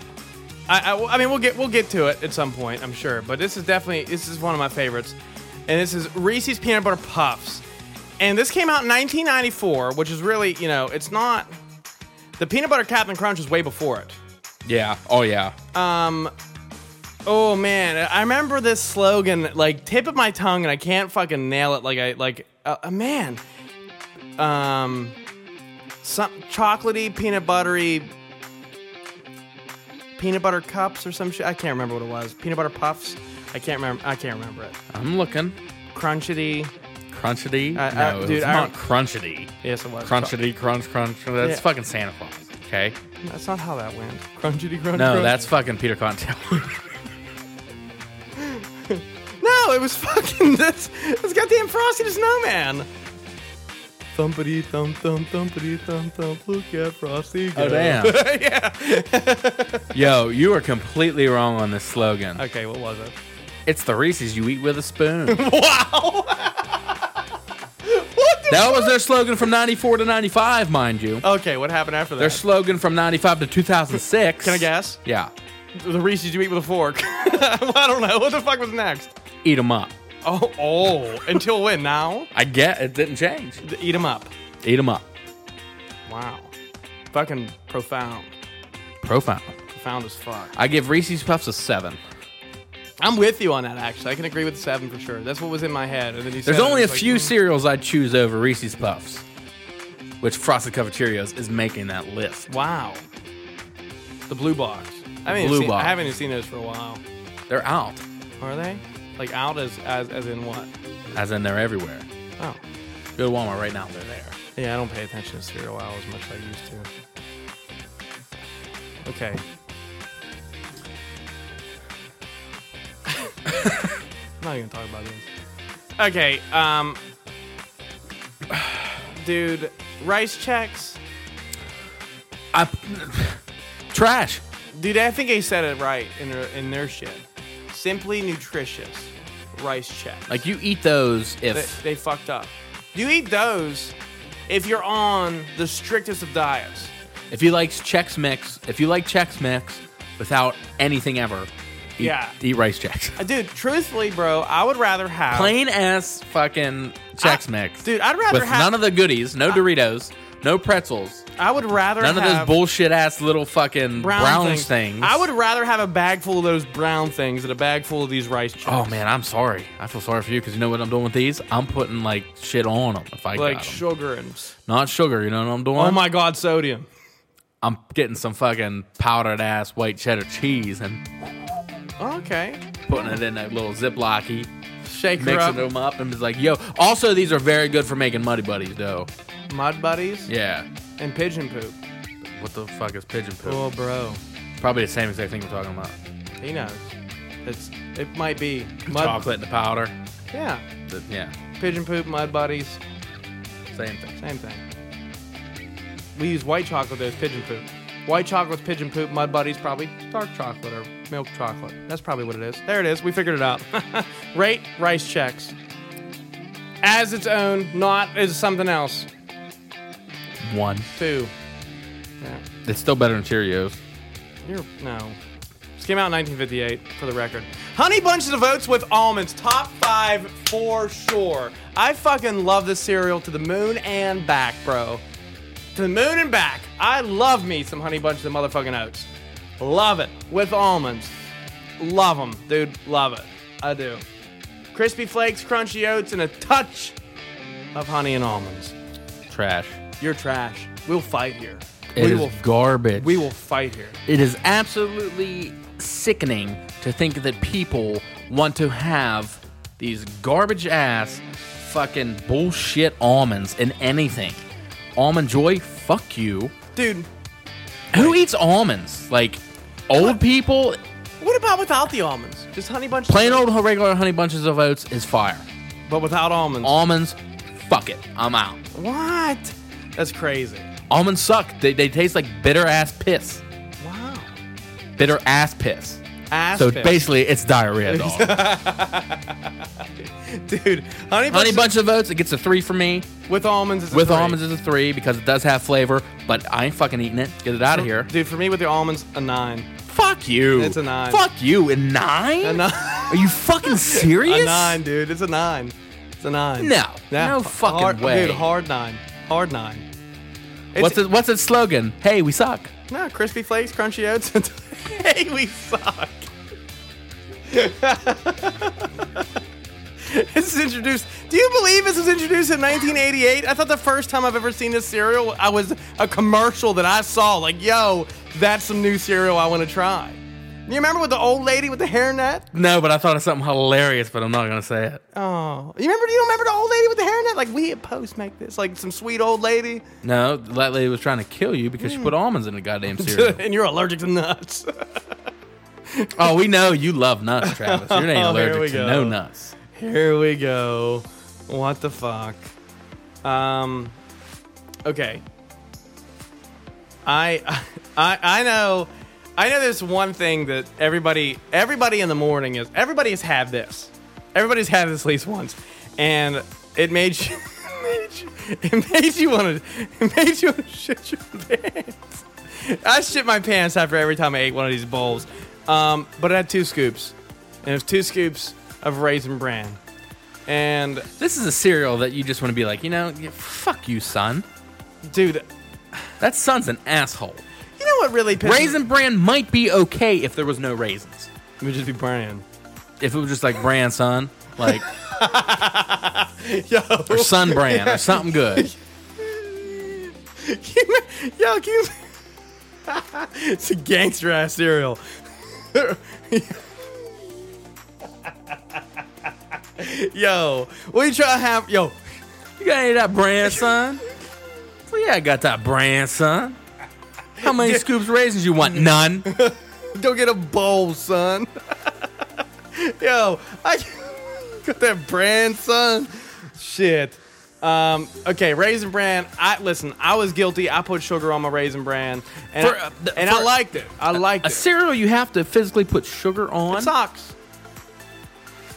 I, I, I mean, we'll get we'll get to it at some point, I'm sure. But this is definitely this is one of my favorites, and this is Reese's Peanut Butter Puffs, and this came out in 1994, which is really you know it's not the peanut butter Captain Crunch is way before it. yeah oh yeah Oh man, I remember this slogan like tip of my tongue, and I can't fucking nail it. Like I like uh, uh, man, um, some chocolatey peanut buttery peanut butter cups or some shit. I can't remember what it was. Peanut butter puffs. I can't remember. I can't remember it. i'm looking Crunchity. Crunchity? I- I- no, it's dude, I- not crunchity. Yes, it was. Crunchity, crunch, crunch. That's Yeah. fucking Santa Claus. Okay. That's not how that went. Crunchity crunch. No, crunch. Oh, that's fucking Peter <laughs> Contel. no. It was fucking <laughs> that's that's goddamn Frosty the Snowman. Thumpity thump thump thumpity thump thump. Look at Frosty Oh, go. <laughs> Yo, you are completely wrong on this slogan. Okay, what was it? <laughs> It's the Reese's you eat with a spoon. <laughs> that Wow. <laughs> what the? was their slogan from 94 to 95, mind you. Oh, okay, what happened after that? Their slogan from 95 to 2006. Can I guess? Yeah. the Reese's you eat with a fork. <laughs> I don't know. What the fuck was next? Eat them up. Oh, oh. Until when? Now? I get it didn't change. The Eat them up. Eat them up. Wow. Fucking profound. Profound. Profound as fuck. I give Reese's Puffs a seven. I'm with you on that, actually. I can agree with seven for sure. That's what was in my head. And then you There's said it, only a it's like, few mm. cereals I'd choose over Reese's Puffs, which Frosted Cover Cheerios is making that list. Wow. The blue box. I haven't, even Blue seen, Box. I haven't even seen those for a while. They're out, Are they? Like out as as, as in what? as in they're everywhere. Oh. Go to Walmart right now, they're there. Yeah, I don't pay attention to cereal aisle as much as I used to. Okay. <laughs> I'm not even talking about this. Okay, um <sighs> Dude, rice checks. I, <laughs> trash. Dude, I think I said it right in their, in their shit. Simply nutritious rice checks. Like you eat those they, if they fucked up. You eat those if you're on the strictest of diets. if you like Chex Mix, if you like Chex Mix without anything ever, eat, Yeah. eat rice <laughs> checks. Uh, Dude, truthfully, bro, I would rather have Plain ass fucking Chex Mix. Dude, I'd rather with have- none of the goodies, no Doritos, no pretzels, I would rather none of have those bullshit ass little fucking brown, things. I would rather have a bag full of those brown things than a bag full of these rice chips. Oh man, I'm sorry. I feel sorry for you because you know what I'm doing with these. I'm putting like shit on them. If I like got 'em. sugar and not sugar, you know what I'm doing? oh my god, sodium. I'm getting some fucking powdered ass white cheddar cheese and Okay, putting it in a little ziplocky, shake her mixing up, them up, and it's like, yo. Also, these are very good for making muddy buddies, though. mud buddies, Yeah. and pigeon poop. What the fuck is pigeon poop? Oh, bro, Probably the same exact thing we're talking about. he knows. It's it might be mud. Chocolate and the powder. Yeah, The- yeah, pigeon poop, mud buddies, same thing. same thing. We use white chocolate as pigeon poop. White chocolate's pigeon poop. Mud buddies probably dark chocolate or milk chocolate. That's probably what it is. There it is. We figured it out. <laughs> Rate rice checks as its own, not as something else. One. Two. Yeah. It's still better than Cheerios. You're no. This came out in 1958, for the record. Honey Bunches of Oats with almonds, top five for sure. I fucking love this cereal to the moon and back, bro. To the moon and back. I love me some Honey Bunches of motherfucking Oats. Love it with almonds. Love them, dude. Love it. I do. Crispy flakes, crunchy oats, and a touch of honey and almonds. Trash. You're trash. We'll fight here. It we is will. garbage. We will fight here. It is absolutely sickening to think that people want to have these garbage ass fucking bullshit almonds in anything. Almond Joy, fuck you. Dude, Who eats almonds? Like old people? What about without the almonds? Just honey bunches. Plain old regular honey bunches of oats is fire. but without almonds. Almonds, fuck it. I'm out. what? That's crazy. Almonds suck. They, they taste like bitter ass piss. Wow. Bitter ass piss. Ass so <laughs> piss. basically, it's <laughs> diarrhea, dog. dude, honey bunches honey bunch of oats, it gets a three for me. with almonds. Is a With three. almonds is a three because it does have flavor, but I ain't fucking eating it. Get it out of here. Dude, for me with the almonds, a nine. Fuck you. It's a nine. Fuck you. A nine? A nine. Are you fucking <laughs> serious? a nine, dude. It's a nine. It's a nine. No. No fucking hard, way. Dude, hard nine. Hard nine. It's, What's it, what's its slogan? Hey, we suck. No, crispy flakes, crunchy oats. and- <laughs> hey, we suck. <laughs> this is introduced. Do you believe this was introduced in 1988? I thought the first time I've ever seen this cereal, I was a commercial that I saw. Like, yo, that's some new cereal I want to try. You remember with the old lady with the hairnet? No, but I thought of something hilarious, but I'm not gonna say it. Oh, you remember? You don't remember the old lady with the hairnet? Like, we at Post make this. Like, some sweet old lady, No, that lady was trying to kill you because Hmm. she put almonds in <laughs> the goddamn cereal. and you're allergic to nuts. oh, we know you love nuts, Travis. You <laughs> ain't Oh, here we allergic to go. no nuts. Here we go. What the fuck? Um okay. I <laughs> I I know I know there's one thing that everybody everybody in the morning is everybody's had this. Everybody's had this at least once. And it made you <laughs> it made you want to it made <laughs> you want to shit your pants. I shit my pants after every time I ate one of these bowls. Um, but it had two scoops, and it was two scoops of raisin bran. And This is a cereal that you just want to be like, you know, yeah, fuck you, son. dude, That son's an <laughs> asshole. you know what really pisses Raisin bran might be okay if there was no raisins. It would just be bran. If it was just like bran, son, like <laughs> Yo, or sun bran or something good. Can you ima- yo, can you? <laughs> it's a gangster ass cereal. <laughs> yo, what you trying to have? Yo, You got any of that bran, son? Well, yeah, I got that bran, son. How many scoops raisins you want? None. Go get a bowl, son. <laughs> Yo, I <laughs> got that brand, son. Shit. Um, okay, raisin bran. I listen. I was guilty. I put sugar on my raisin bran, and For, I, uh, the- and I for- liked it. I liked A it. cereal you have to physically put sugar on. Socks.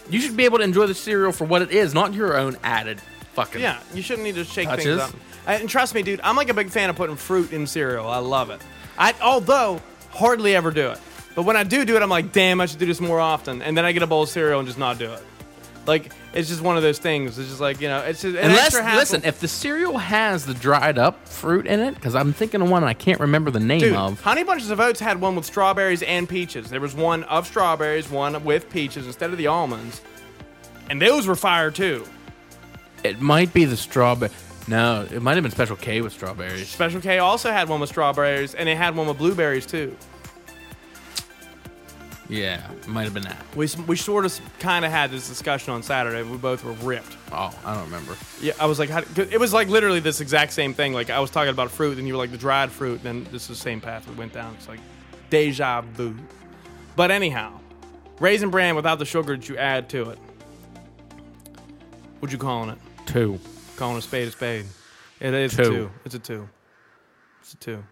You should be able to enjoy the cereal for what it is, not your own added fucking. Yeah, you shouldn't need to shake Touches. things up. And trust me, dude, I'm like a big fan of putting fruit in cereal. I love it. I although hardly ever do it, but when I do do it, I'm like, damn, I should do this more often. And then I get a bowl of cereal and just not do it. Like it's just one of those things. It's just like you know, it's just an Unless, extra hassle. listen, if the cereal has the dried up fruit in it, because I'm thinking of one I can't remember the <laughs> name Dude, of. Honey Bunches of Oats had one with strawberries and peaches. There was one of strawberries, one with peaches instead of the almonds, and those were fire too. It might be the strawberry. No, it might have been Special K with strawberries. Special K also had one with strawberries, and it had one with blueberries too. Yeah, it might have been that. We, we sort of kind of had this discussion on Saturday. We both were ripped. Oh, I don't remember. Yeah, I was like, how, 'cause it was like literally this exact same thing. Like I was talking about fruit, and you were like the dried fruit. And then this is the same path we went down. It's like deja vu. But anyhow, raisin bran without the sugar that you add to it. What you calling it? Two. Calling a spade a spade. It is Two. a two. It's a two. It's a two.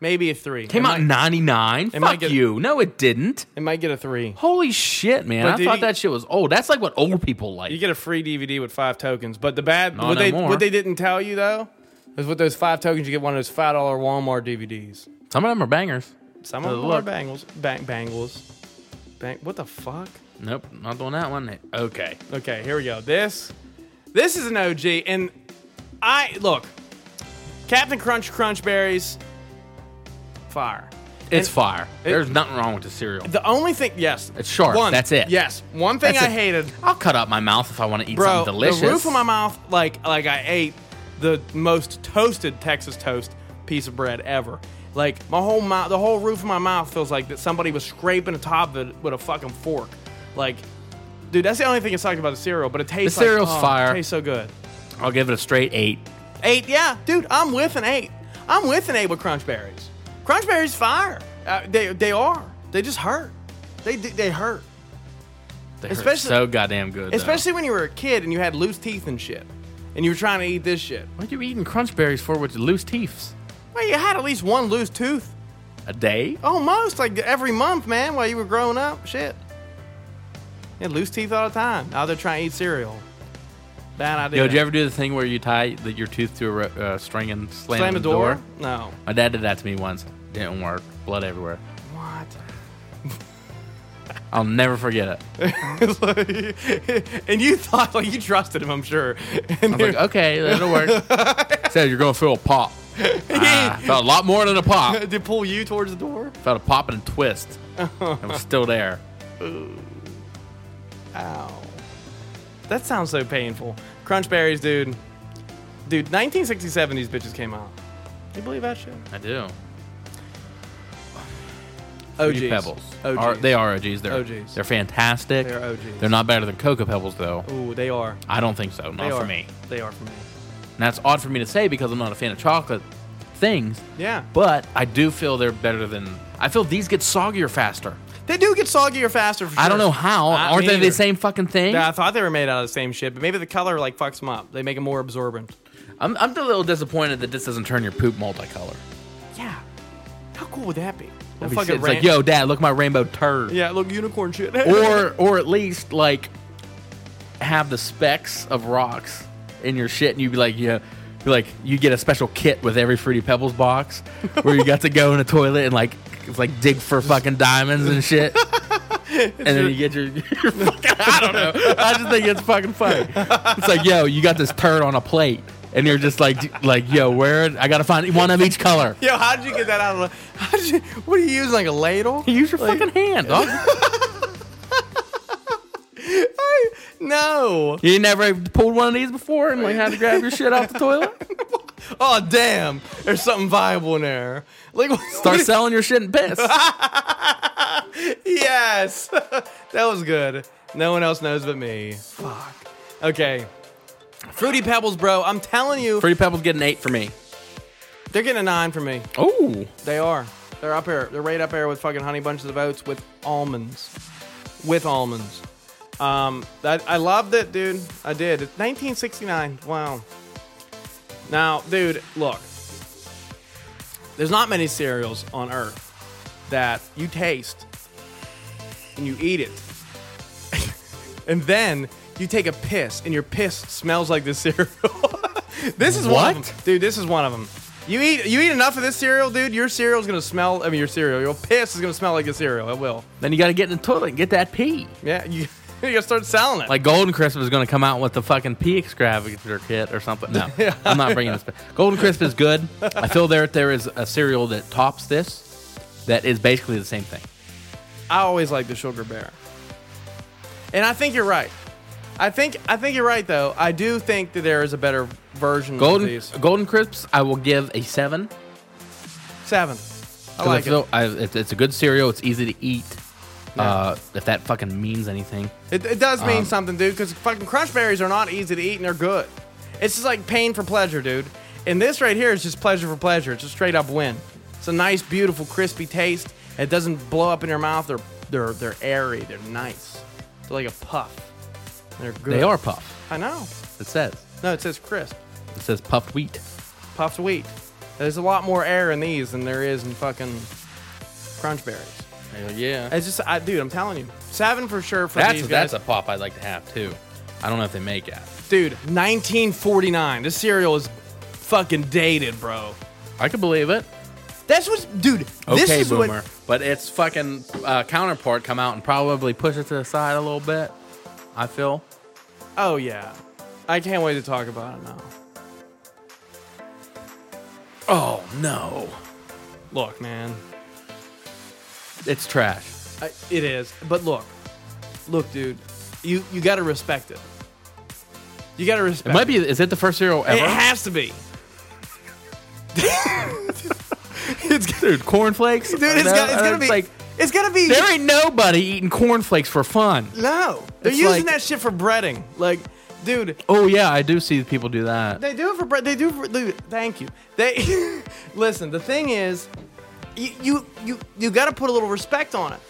Maybe a three. Came it out in Might, 99. it might Fuck get- you. No, it didn't. it might get a three. Holy shit, man. But I did thought you- that shit was old. That's like what old people like. You get a free DVD with five tokens. But the bad, Not what no they more. what they didn't tell you though, is with those five tokens you get one of those five dollar Walmart DVDs. Some of them are bangers. Some of Oh, them are look. bangles, bang bangles, bang. What the fuck? Nope, not doing that one. Uh, Okay. Okay, here we go. This this is an OG, and I look Captain Crunch Crunch Berries, fire. It's And- fire. There's nothing wrong with the cereal. The only thing, yes, It's sharp, One, that's it. Yes, one thing That's I it. hated. I'll cut up my mouth if I want to eat bro, something delicious. the roof of my mouth, like like I ate the most toasted Texas toast piece of bread ever. Like my whole mouth, the whole roof of my mouth feels like that somebody was scraping the top of it with a fucking fork. Like, dude, that's the only thing it's talking about the cereal, but it tastes. like- cereal's oh, fire. It tastes so good. I'll give it a straight eight. Eight, yeah, dudude, I'm with an eight. I'm with an eight with crunch berries. Crunch berries fire. Uh, they they are. They just hurt. They they hurt. They Especially- Especially, so goddamn good. though. Especially when you were a kid and you had loose teeth and shit, and you were trying to eat this shit. what are you eating crunch berries for with loose teeth? Well, you had at least one loose tooth, A day? Oh, almost like every month, man, while you were growing up. Shit, you had loose teeth all the time. Now they're trying to eat cereal. Bad idea. Yo, did you ever do the thing where you tie the, your tooth to a ro- uh, string and slam, slam the a door? No. My dad did that to me once. Didn't work. Blood everywhere. What? I'll never forget it. <laughs> and you thought like you trusted him, I'm sure. <laughs> And I <laughs> was like, okay, that'll work. Said you're gonna feel a <laughs> pop. Ah, felt a lot more than a pop. they pull you towards the door. Felt a pop and a <laughs> twist. It was still there. Ow. That sounds so painful. Crunch berries, dude. Dude, 1967 these bitches came out. Can you believe that shit? I do. OGs. Fruity Pebbles. OGs. Are, they are OGs. They're OGs. They're fantastic. They're OGs. They're not better than Cocoa Pebbles though. Ooh, they are. I don't think so. Not They for are. me. They are for me. And that's odd for me to say because I'm not a fan of chocolate things. Yeah. But I do feel they're better than. I feel these get soggier faster. They do get soggier faster. For sure. I don't know how. Not Aren't me they either. the same fucking thing? Yeah, I thought they were made out of the same shit, but maybe the color like fucks them up. They make them more absorbent. I'm, I'm a little disappointed that this doesn't turn your poop multicolor. Yeah. How cool would that be? A It's fucking like, ran- yo, dad, look at my rainbow turd. Yeah, look, unicorn shit. Or, or at least like have the specks of rocks in your shit, and you'd be like, yeah. <laughs> Like you get a special kit with every Fruity Pebbles box, where you got to go in a toilet and like It's like dig for fucking diamonds and <laughs> shit. And then you get your, <laughs> your fucking, I don't know. I just think it's fucking funny. It's like, yo, you got this turd on a plate, and you're just like, like, yo, where? I gotta find one of <laughs> each color. <laughs> Yo, how did you get that out of? the- How did you? What do you use like a ladle? <laughs> Use your fucking hand, dog. No. You never pulled one of these before and like had to grab your shit off the toilet. Oh damn. There's something viable in there. Like what- <laughs> Start selling your shit and piss. <laughs> Yes. <laughs> that was good. No one else knows but me. Fuck. Okay. Fruity Pebbles, bro. I'm telling you, <laughs> Fruity Pebbles get an eight for me. they're getting a nine from me. Oh, They are. They're up here. They're right up here with fucking honey bunches of oats with almonds. With almonds. Um, that I loved it, dude. I did. It's 1969. Wow. Now, dude, look. There's not many cereals on earth that you taste and you eat it. <laughs> and then you take a piss and your piss smells like this <laughs> cereal. this is one of What? them. Dude, this is one of them. You eat you eat enough of this cereal, dude, your cereal's going to smell I mean your cereal, your piss is going to smell like a cereal. It will. then you gotta get in the toilet and get that pee. Yeah, you <laughs> you got to start selling it. Like Golden Crisp is going to come out with the fucking pea extravaganza kit or something. <laughs> No, I'm not bringing this. back. Golden Crisp is <laughs> good. I feel there there is a cereal that tops this, that is basically the same thing. I always like the sugar bear. And I think you're right. I think I think you're right though. I do think that there is a better version of Golden these. Golden Crisps, I will give a seven. 7. I 'cause like feel it. I, it's, it's a good cereal. It's easy to eat. Uh, if that fucking means anything. it. It does Um, mean something, dude, cuz fucking crush berries are not easy to eat and they're good. It's just like pain for pleasure, dude. And this right here is just pleasure for pleasure. It's a straight up win. It's a nice, beautiful, crispy taste. It doesn't blow up in your mouth. They're they're they're airy. They're nice. They're like a puff. They're good. They are puff. I know. It says No, it says crisp. it says puffed wheat. puffed wheat. There's a lot more air in these than there is in fucking crunch berries. yeah, It's just, I, dude, I'm telling you, seven for sure for that's these guys. that's a pop I'd like to have too. I don't know if they make it. dude, 1949. This cereal is fucking dated, bro. I could believe it. That's what, dude. this okay, is boomer. What, but its fucking uh, counterpart come out and probably push it to the side a little bit. I feel. oh yeah, I can't wait to talk about it now. Oh no, Look, man, it's trash. I, it is. But look, look, dude, you you gotta respect it. You gotta It respect. might be. Is it the first cereal ever? It <laughs> has to be. it's got Dude, cornflakes. Dude, it's, No, got, it's gonna it's be. like it's gonna be. there ain't nobody eating cornflakes for fun. no, they're it's using like- that shit for breading. Like, dude, Oh yeah, I do see people do that. they do it for bread. They do. For, dude, thank you. They <laughs> listen. The thing is, you you you, you got to put a little respect on it.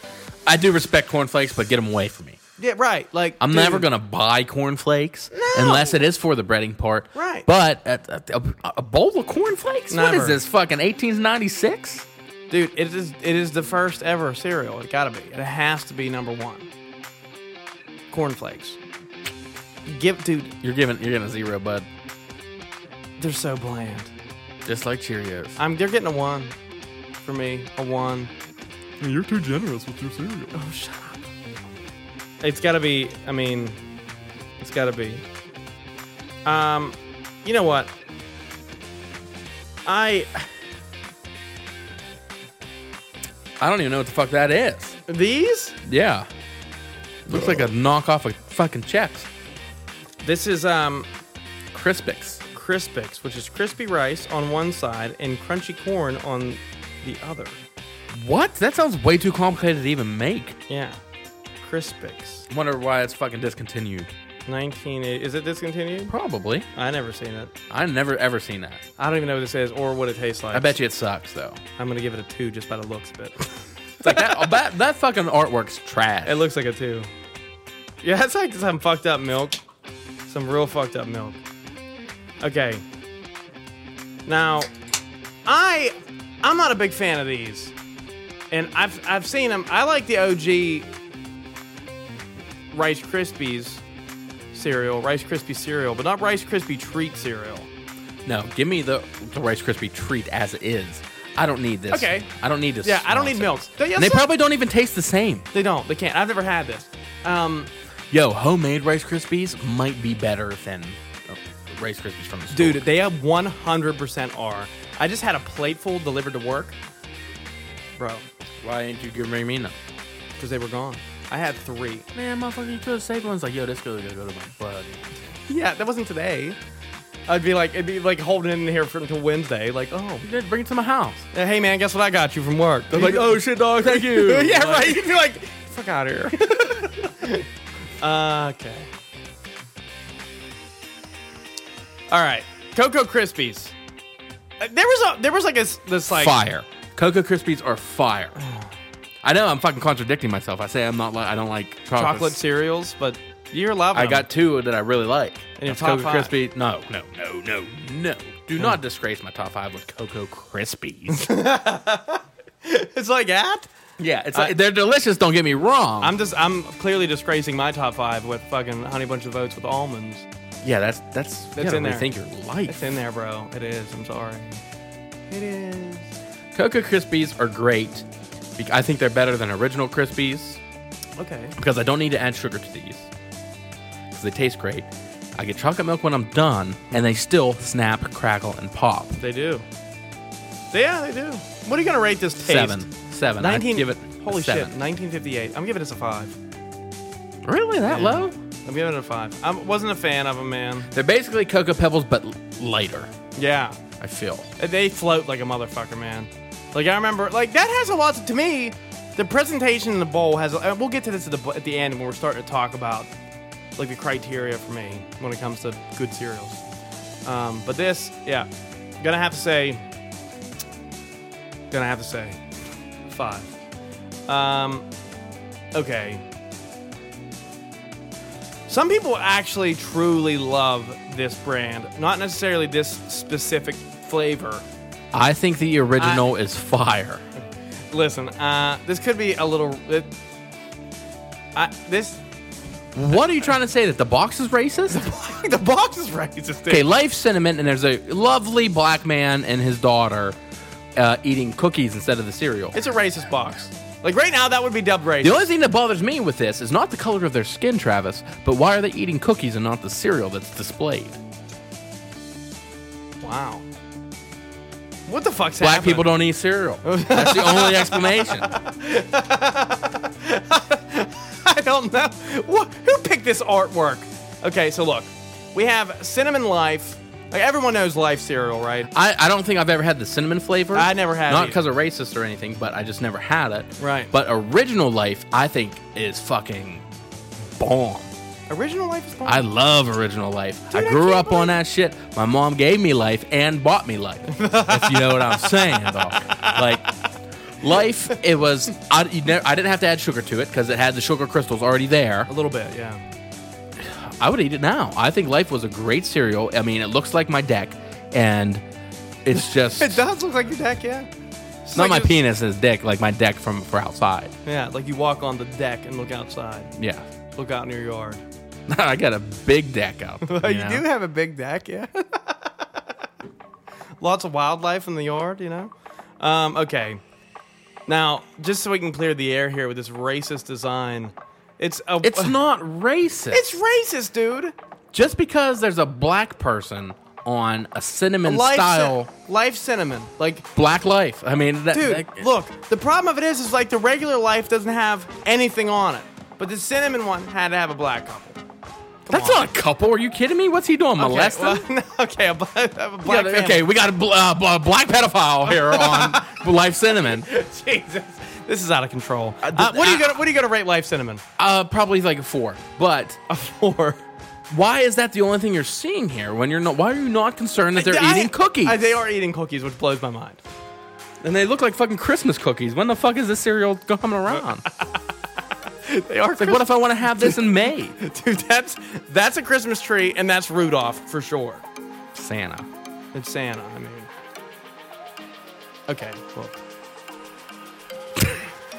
I do respect cornflakes, but get them away from me. Yeah, right. Like, I'm dude, never gonna buy cornflakes unless it is for the breading part. Right. But a, a, a bowl of cornflakes? What Never. is this fucking 1896? Dude, it is it is the first ever cereal. It gotta be. It has to be number one. Cornflakes. Give, dude. You're giving you're giving a zero, bud. They're so bland. Just like Cheerios. I'm. They're getting a one for me. A one. Oh, You're too generous with your cereal. It's gotta be. I mean, it's gotta be. Um, you know what? I I don't even know what the fuck that is. these. Yeah. Looks like a knockoff of fucking Chex. This is um Crispix. Crispix, which is crispy rice on one side and crunchy corn on the other. What? That sounds way too complicated to even make. Yeah, Crispix. Wonder why it's fucking discontinued. 1980. Is it discontinued? Probably. I never seen it. I never ever seen that. I don't even know what this is or what it tastes like. I bet you it sucks though. I'm gonna give it a two just by the looks of it. <laughs> <laughs> It's like that, that that fucking artwork's trash. It looks like a two. Yeah, that's like some fucked up milk. Some real fucked up milk. Okay. Now, I I'm not a big fan of these. And I've I've seen them. I like the OG Rice Krispies cereal, Rice Krispie cereal, but not Rice Krispie treat cereal. No, give me the, the Rice Krispie treat as it is. I don't need this. Okay. I don't need this. Yeah, I don't need milks. nonsense. They, And they probably don't even taste the same. they don't. They can't. I've never had this. Um, Yo, homemade Rice Krispies might be better than uh, Rice Krispies from the store. dude, they have 100% R. I just had a plateful delivered to work, bro, why ain't you giving me none? because they were gone. I had three. Man, motherfucker, you could have saved one's like, yo, this could have go to my buddy. Yeah, that wasn't today. I'd be like, it'd be like holding it in here for until Wednesday. Like, oh, You did bring it to my house. hey man, guess what I got you from work? They're like, oh shit, dog, thank <laughs> you. <laughs> yeah, right. You'd be like, fuck out here. <laughs> okay. All right, Cocoa Krispies. Uh, There was a there was like a s- this like fire. Cocoa Krispies <sighs> are fire. I know I'm fucking contradicting myself. I say I'm not like I don't like chocolate. chocolate cereals, but you're loving. I them. got two that I really like. In your That's top Um, Cocoa five. Krispie. No, no, no, no, no. Do not disgrace my top five with Cocoa Krispies. it's like that. <laughs> yeah, it's like, Uh, they're delicious. Don't get me wrong. I'm just I'm clearly disgracing my top five with fucking honey bunch of oats with almonds. yeah, that's that's That's in there. Think your It's life. in there, bro. It is. I'm sorry. It is. Cocoa Krispies are great. Be- I think they're better than original Krispies. Okay. because I don't need to add sugar to these because they taste great. I get chocolate milk when I'm done, and they still snap, crackle, and pop. They do. Yeah, they do. What are you gonna rate this taste? Seven, seven. I'd 19 give it. a Holy shit. seven. 1958. I'm giving this a five. Really that Yeah. low? I'm giving it a five. I wasn't a fan of them, man. They're basically cocoa pebbles, but l- lighter. Yeah, I feel. they float like a motherfucker, man. Like I remember, like that has a lot to, to me. The presentation in the bowl has. And we'll get to this at the at the end when we're starting to talk about like the criteria for me when it comes to good cereals. Um, but this, yeah, gonna have to say, gonna have to say, five. Um, okay. Some people actually truly love this brand, not necessarily this specific flavor. I think the original is fire. Listen, uh, this could be a little. It, I, this <laughs> What are you trying to say? That the box is racist? the box is racist. Okay, Life Cinnamon, and there's a lovely black man and his daughter uh, eating cookies instead of the cereal. It's a racist box. Like right now, that would be dubbed racist. The only thing that bothers me with this is not the color of their skin, Travis, but why are they eating cookies and not the cereal that's displayed? Wow. What the fuck's Black happening? people don't eat cereal. That's the only explanation. <laughs> <laughs> I don't know. What, who picked this artwork? Okay, so look, we have cinnamon life. Like everyone knows life cereal, right? I, I don't think I've ever had the cinnamon flavor. I never had Not either. because of racist or anything, but I just never had it. Right. But original life, I think, is fucking bomb. Original life is bomb. I love original life. Dude, I I grew can't up on that shit. My mom gave me life and bought me life. if you know what I'm saying, dog. Like life, it was I, you never, I didn't have to add sugar to it because it had the sugar crystals already there. a little bit, yeah. I would eat it now. I think life was a great cereal. I mean, it looks like my deck, and <laughs> it's just It does look like your deck, yeah. It's not like my it's- penis is dick, like my deck from for outside. Yeah, like you walk on the deck and look outside, Yeah, <laughs> look out in your yard. I got a big deck out. <laughs> Well, you, know? do have a big deck, yeah. <laughs> Lots of wildlife in the yard, you know. Um, okay. Now, just so we can clear the air here with this racist design, it's a <laughs> It's not racist. it's racist, dude. just because there's a black person on a cinnamon Life cin- style life cinnamon, like black life. I mean, that, dude. that- look, the problem of it is, is like the regular life doesn't have anything on it, but the cinnamon one had to have a black couple. Come that's on. not a couple. Are you kidding me? What's he doing? Okay, Molesting? well, no, <laughs> okay, a black, a Yeah, black family. okay, we got a bl- uh, bl- uh, black pedophile here on Life Cinnamon. <laughs> Jesus, this is out of control. Uh, Uh, what are you I- gonna What are you gonna rate Life Cinnamon? Uh, probably like a four. But <laughs> A four. why is that the only thing you're seeing here? When you're not, why are you not concerned that they're I- eating cookies? I- they are eating cookies, which blows my mind. and they look like fucking Christmas cookies. When the fuck is this cereal coming around? They are. It's like, what if I want to have this in May? dude, <laughs> that's that's a Christmas tree, and that's Rudolph for sure. Santa. It's Santa. I mean, okay. <laughs> Well,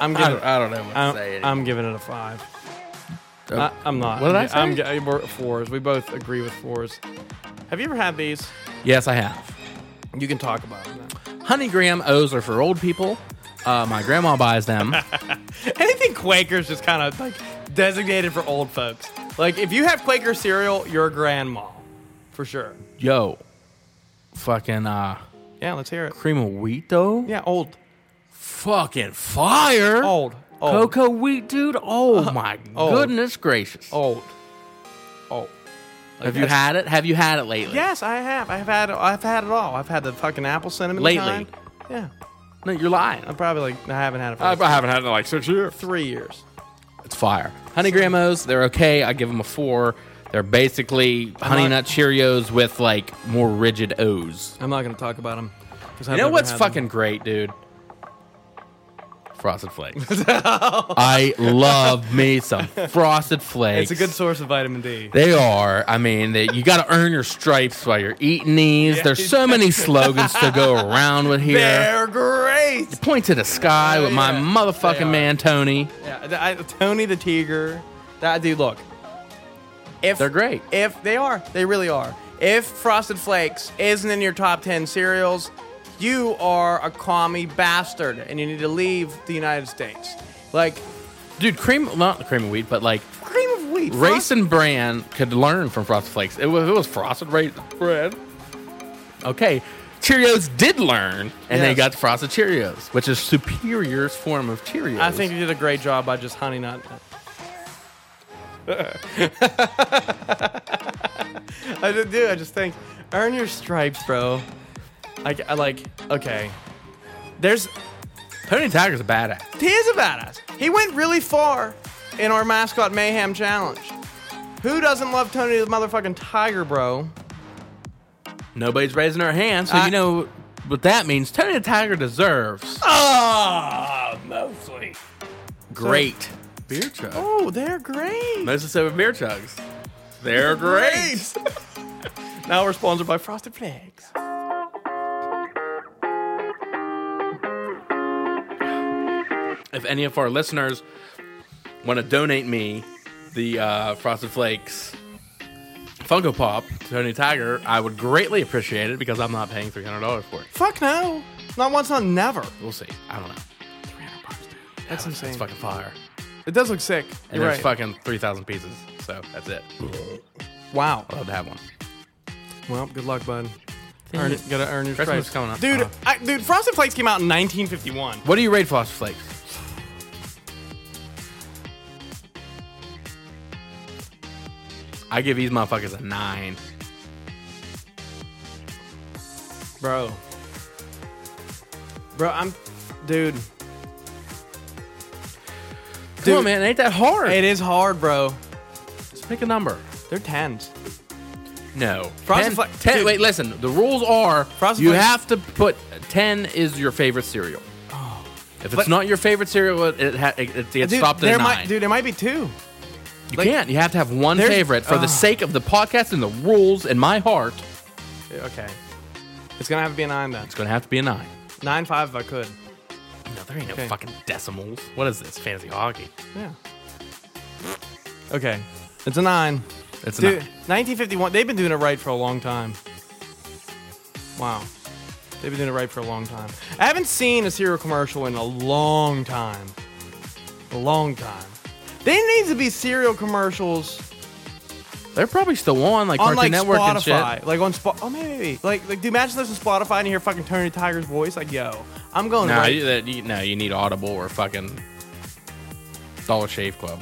I'm I Um, giving. don't, I don't know what to say. I'm, I'm giving it a five. Uh, I, am not. what did I I'm, gi- say? we're at fours. We both agree with fours. Have you ever had these? yes, I have. You can talk about them. now. Honeygram O's are for old people. Uh, my grandma buys <laughs> them. Anything Quaker's just kind of like designated for old folks. Like if you have Quaker cereal, you're a grandma, for sure. Yo, fucking uh, Yeah, let's hear it. cream of wheat though. Yeah, old, Fucking fire. old, old, Cocoa wheat, dude. Oh my old. goodness gracious. old, old. Have you had it? Have you had it lately? Yes, I have. I've had. I've had it all. I've had the fucking apple cinnamon Lately. kind. Yeah, No, you're lying. I'm probably like I haven't had it for I like haven't had it in like six years. three years. It's fire. Honey Grammos, they're okay. I give them a four. They're basically Honey not- Nut Cheerios with like more rigid O's. I'm not gonna talk about them. You know what's fucking great, dude? <laughs> Frosted Flakes. I love me some Frosted Flakes. It's a good source of vitamin D. They are. I mean, they, you got to earn your stripes while you're eating these. There's so many slogans to go around with here. They're great. Point to the sky with my yeah. They motherfucking are. man Tony. Yeah, th- I, Tony the Tiger. That dude, look. If They're great. if they are, they really are. If Frosted Flakes isn't in your top ten cereals, you are a commie bastard, and you need to leave the United States. Like Dude, cream not cream of wheat, but like cream of wheat. Frosted- Raisin Bran could learn from Frosted Flakes. It was, it was Frosted Raisin Bran. Okay. Cheerios did learn, and they Yes. got Frosted Cheerios, which is superior form of Cheerios. I think you did a great job by just honey nut. <laughs> I just do. I just think, earn your stripes, bro. I, I like. Okay, there's Tony Tiger's a badass. He is a badass. He went really far in our mascot mayhem challenge. Who doesn't love Tony the motherfucking Tiger, bro? Nobody's raising their hand, so I- Oh, you know what that means. Tony the Tiger deserves Ah, mostly. great beer chug. Oh, they're great. Mostly so with beer chugs. They're great. <laughs> now we're sponsored by Frosted Flakes. if any of our listeners want to donate me the uh, Frosted Flakes Funko Pop to Tony Tiger, I would greatly appreciate it because I'm not paying $300 for it. Fuck no. Not once, not never. We'll see. I don't know. That's insane. It's fucking fire. It does look sick. And You're right. there's fucking 3,000 pieces. So that's it. wow. I'd love to have one. Well, good luck, bud. Earn it. Gotta earn your stripes. Christmas is coming up. Dude, Uh-huh. I, dude, Frosted Flakes came out in 1951. What do you rate Frosted Flakes? I give these motherfuckers a nine. Bro. Bro, I'm. Dude. Come Dude. on, man. It ain't that hard. It is hard, bro. Just pick a number. They're tens. No. Frosted ten, Flake- ten- dude. wait, listen. The rules are Frosted you Flake- have to put 10 is your favorite cereal. If it's Oh. But- not your favorite cereal, it, it, ha- it, it gets stopped at there a might, nine. dude, it might be two. you like- can't. You have to have one There's- Ah. favorite for Ugh. the sake of the podcast and the rules in my heart. Okay. It's gonna have to be a nine then. It's going to have to be a nine. Nine five if I could. No, there ain't no Okay. fucking decimals. What is this? Fantasy hockey. Yeah. Okay. It's a nine. It's Dude, not. 1951. They've been doing it right for a long time. Wow. They've been doing it right for a long time. I haven't seen a cereal commercial in a long time. A long time. There needs to be cereal commercials They're probably still on, like on Cartoon like Network Spotify, and shit. like on Spot. Oh, maybe like like do you imagine this on Spotify and you hear fucking Tony Tiger's voice? Like, yo, I'm going. No, right. you, that, you, no, you need Audible or fucking Dollar Shave Club.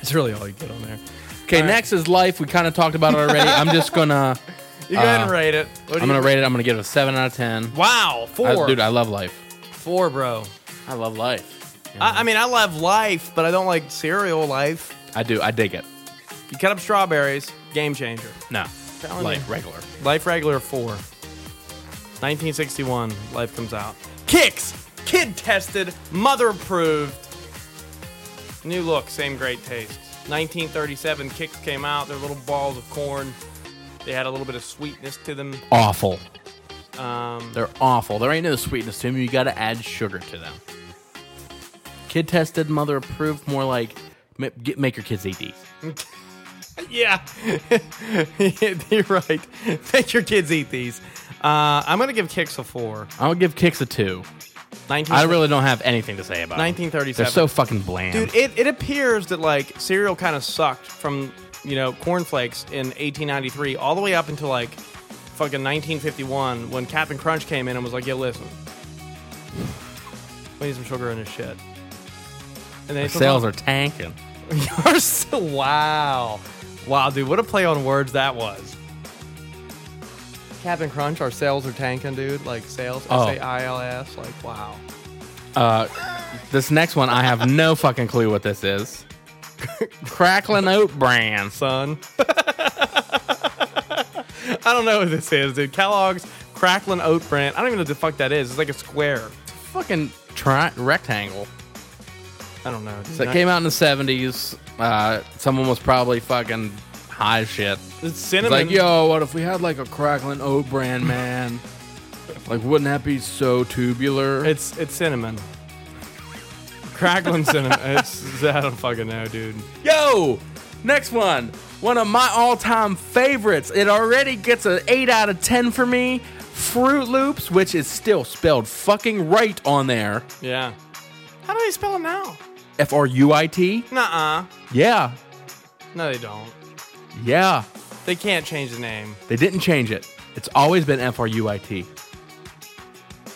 it's really all you get on there. Okay, right. next is Life. We kind of talked about it already. I'm just <laughs> going to. You go ahead and Uh, rate it. What do I'm you- gonna rate it. I'm gonna give it a seven out of ten. Wow, I- four, dude, I love life. four, bro. I love life. I, I mean, I love life, but I don't like cereal life. I do. I dig it. You cut up strawberries, game changer. No, Telling like you. regular. Life regular four. 1961, life comes out. Kicks, kid tested, mother approved. New look, same great taste. 1937, Kicks came out. They're little balls of corn. They had a little bit of sweetness to them. Awful. Um, <laughs> They're awful. There ain't no sweetness to them. You gotta add sugar to them. Kid tested, mother approved. More like ma- get, make your kids eat these. yeah, <laughs> you're right. Make your kids eat these. Uh, I'm gonna give Kicks a four. I'll give Kicks a two. 19, I really don't have anything to say about 19. 1937. They're so fucking bland. Dude, it, it appears that like cereal kind of sucked from you know cornflakes in 1893 all the way up until like fucking 1951 when Captain Crunch came in and was like, "Yo, listen, we need some sugar in this shit." And they Our sales are tanking. <laughs> are so wow, wow, dude, what a play on words that was. Captain Crunch, our sales are tanking, dude. Like sales, Oh. S A I L S. Like wow. This next one, I have no fucking clue what this is. <laughs> Cracklin' Oat Bran. son. I don't know what this is, dude. Kellogg's Cracklin Oat Bran. I don't even know what the fuck that is. It's like a square. Fucking tri- rectangle. I don't know. dude. So it came out in the 70s. Uh, someone was probably fucking high as shit. It's It's cinnamon. like, yo, what if we had like a Cracklin' Oat Bran, man? <laughs> like, wouldn't that be so tubular? It's it's cinnamon. Cracklin <laughs> cinnamon. It's I don't fucking know, dude. Yo, next one. One of my all-time favorites. It already gets an 8 out of 10 for me. Fruit Loops, which is still spelled fucking right on there. Yeah. How do they spell it now? F R U I T. Nuh-uh. Yeah. No, they don't. Yeah. They can't change the name. They didn't change it. It's always been F R U I T.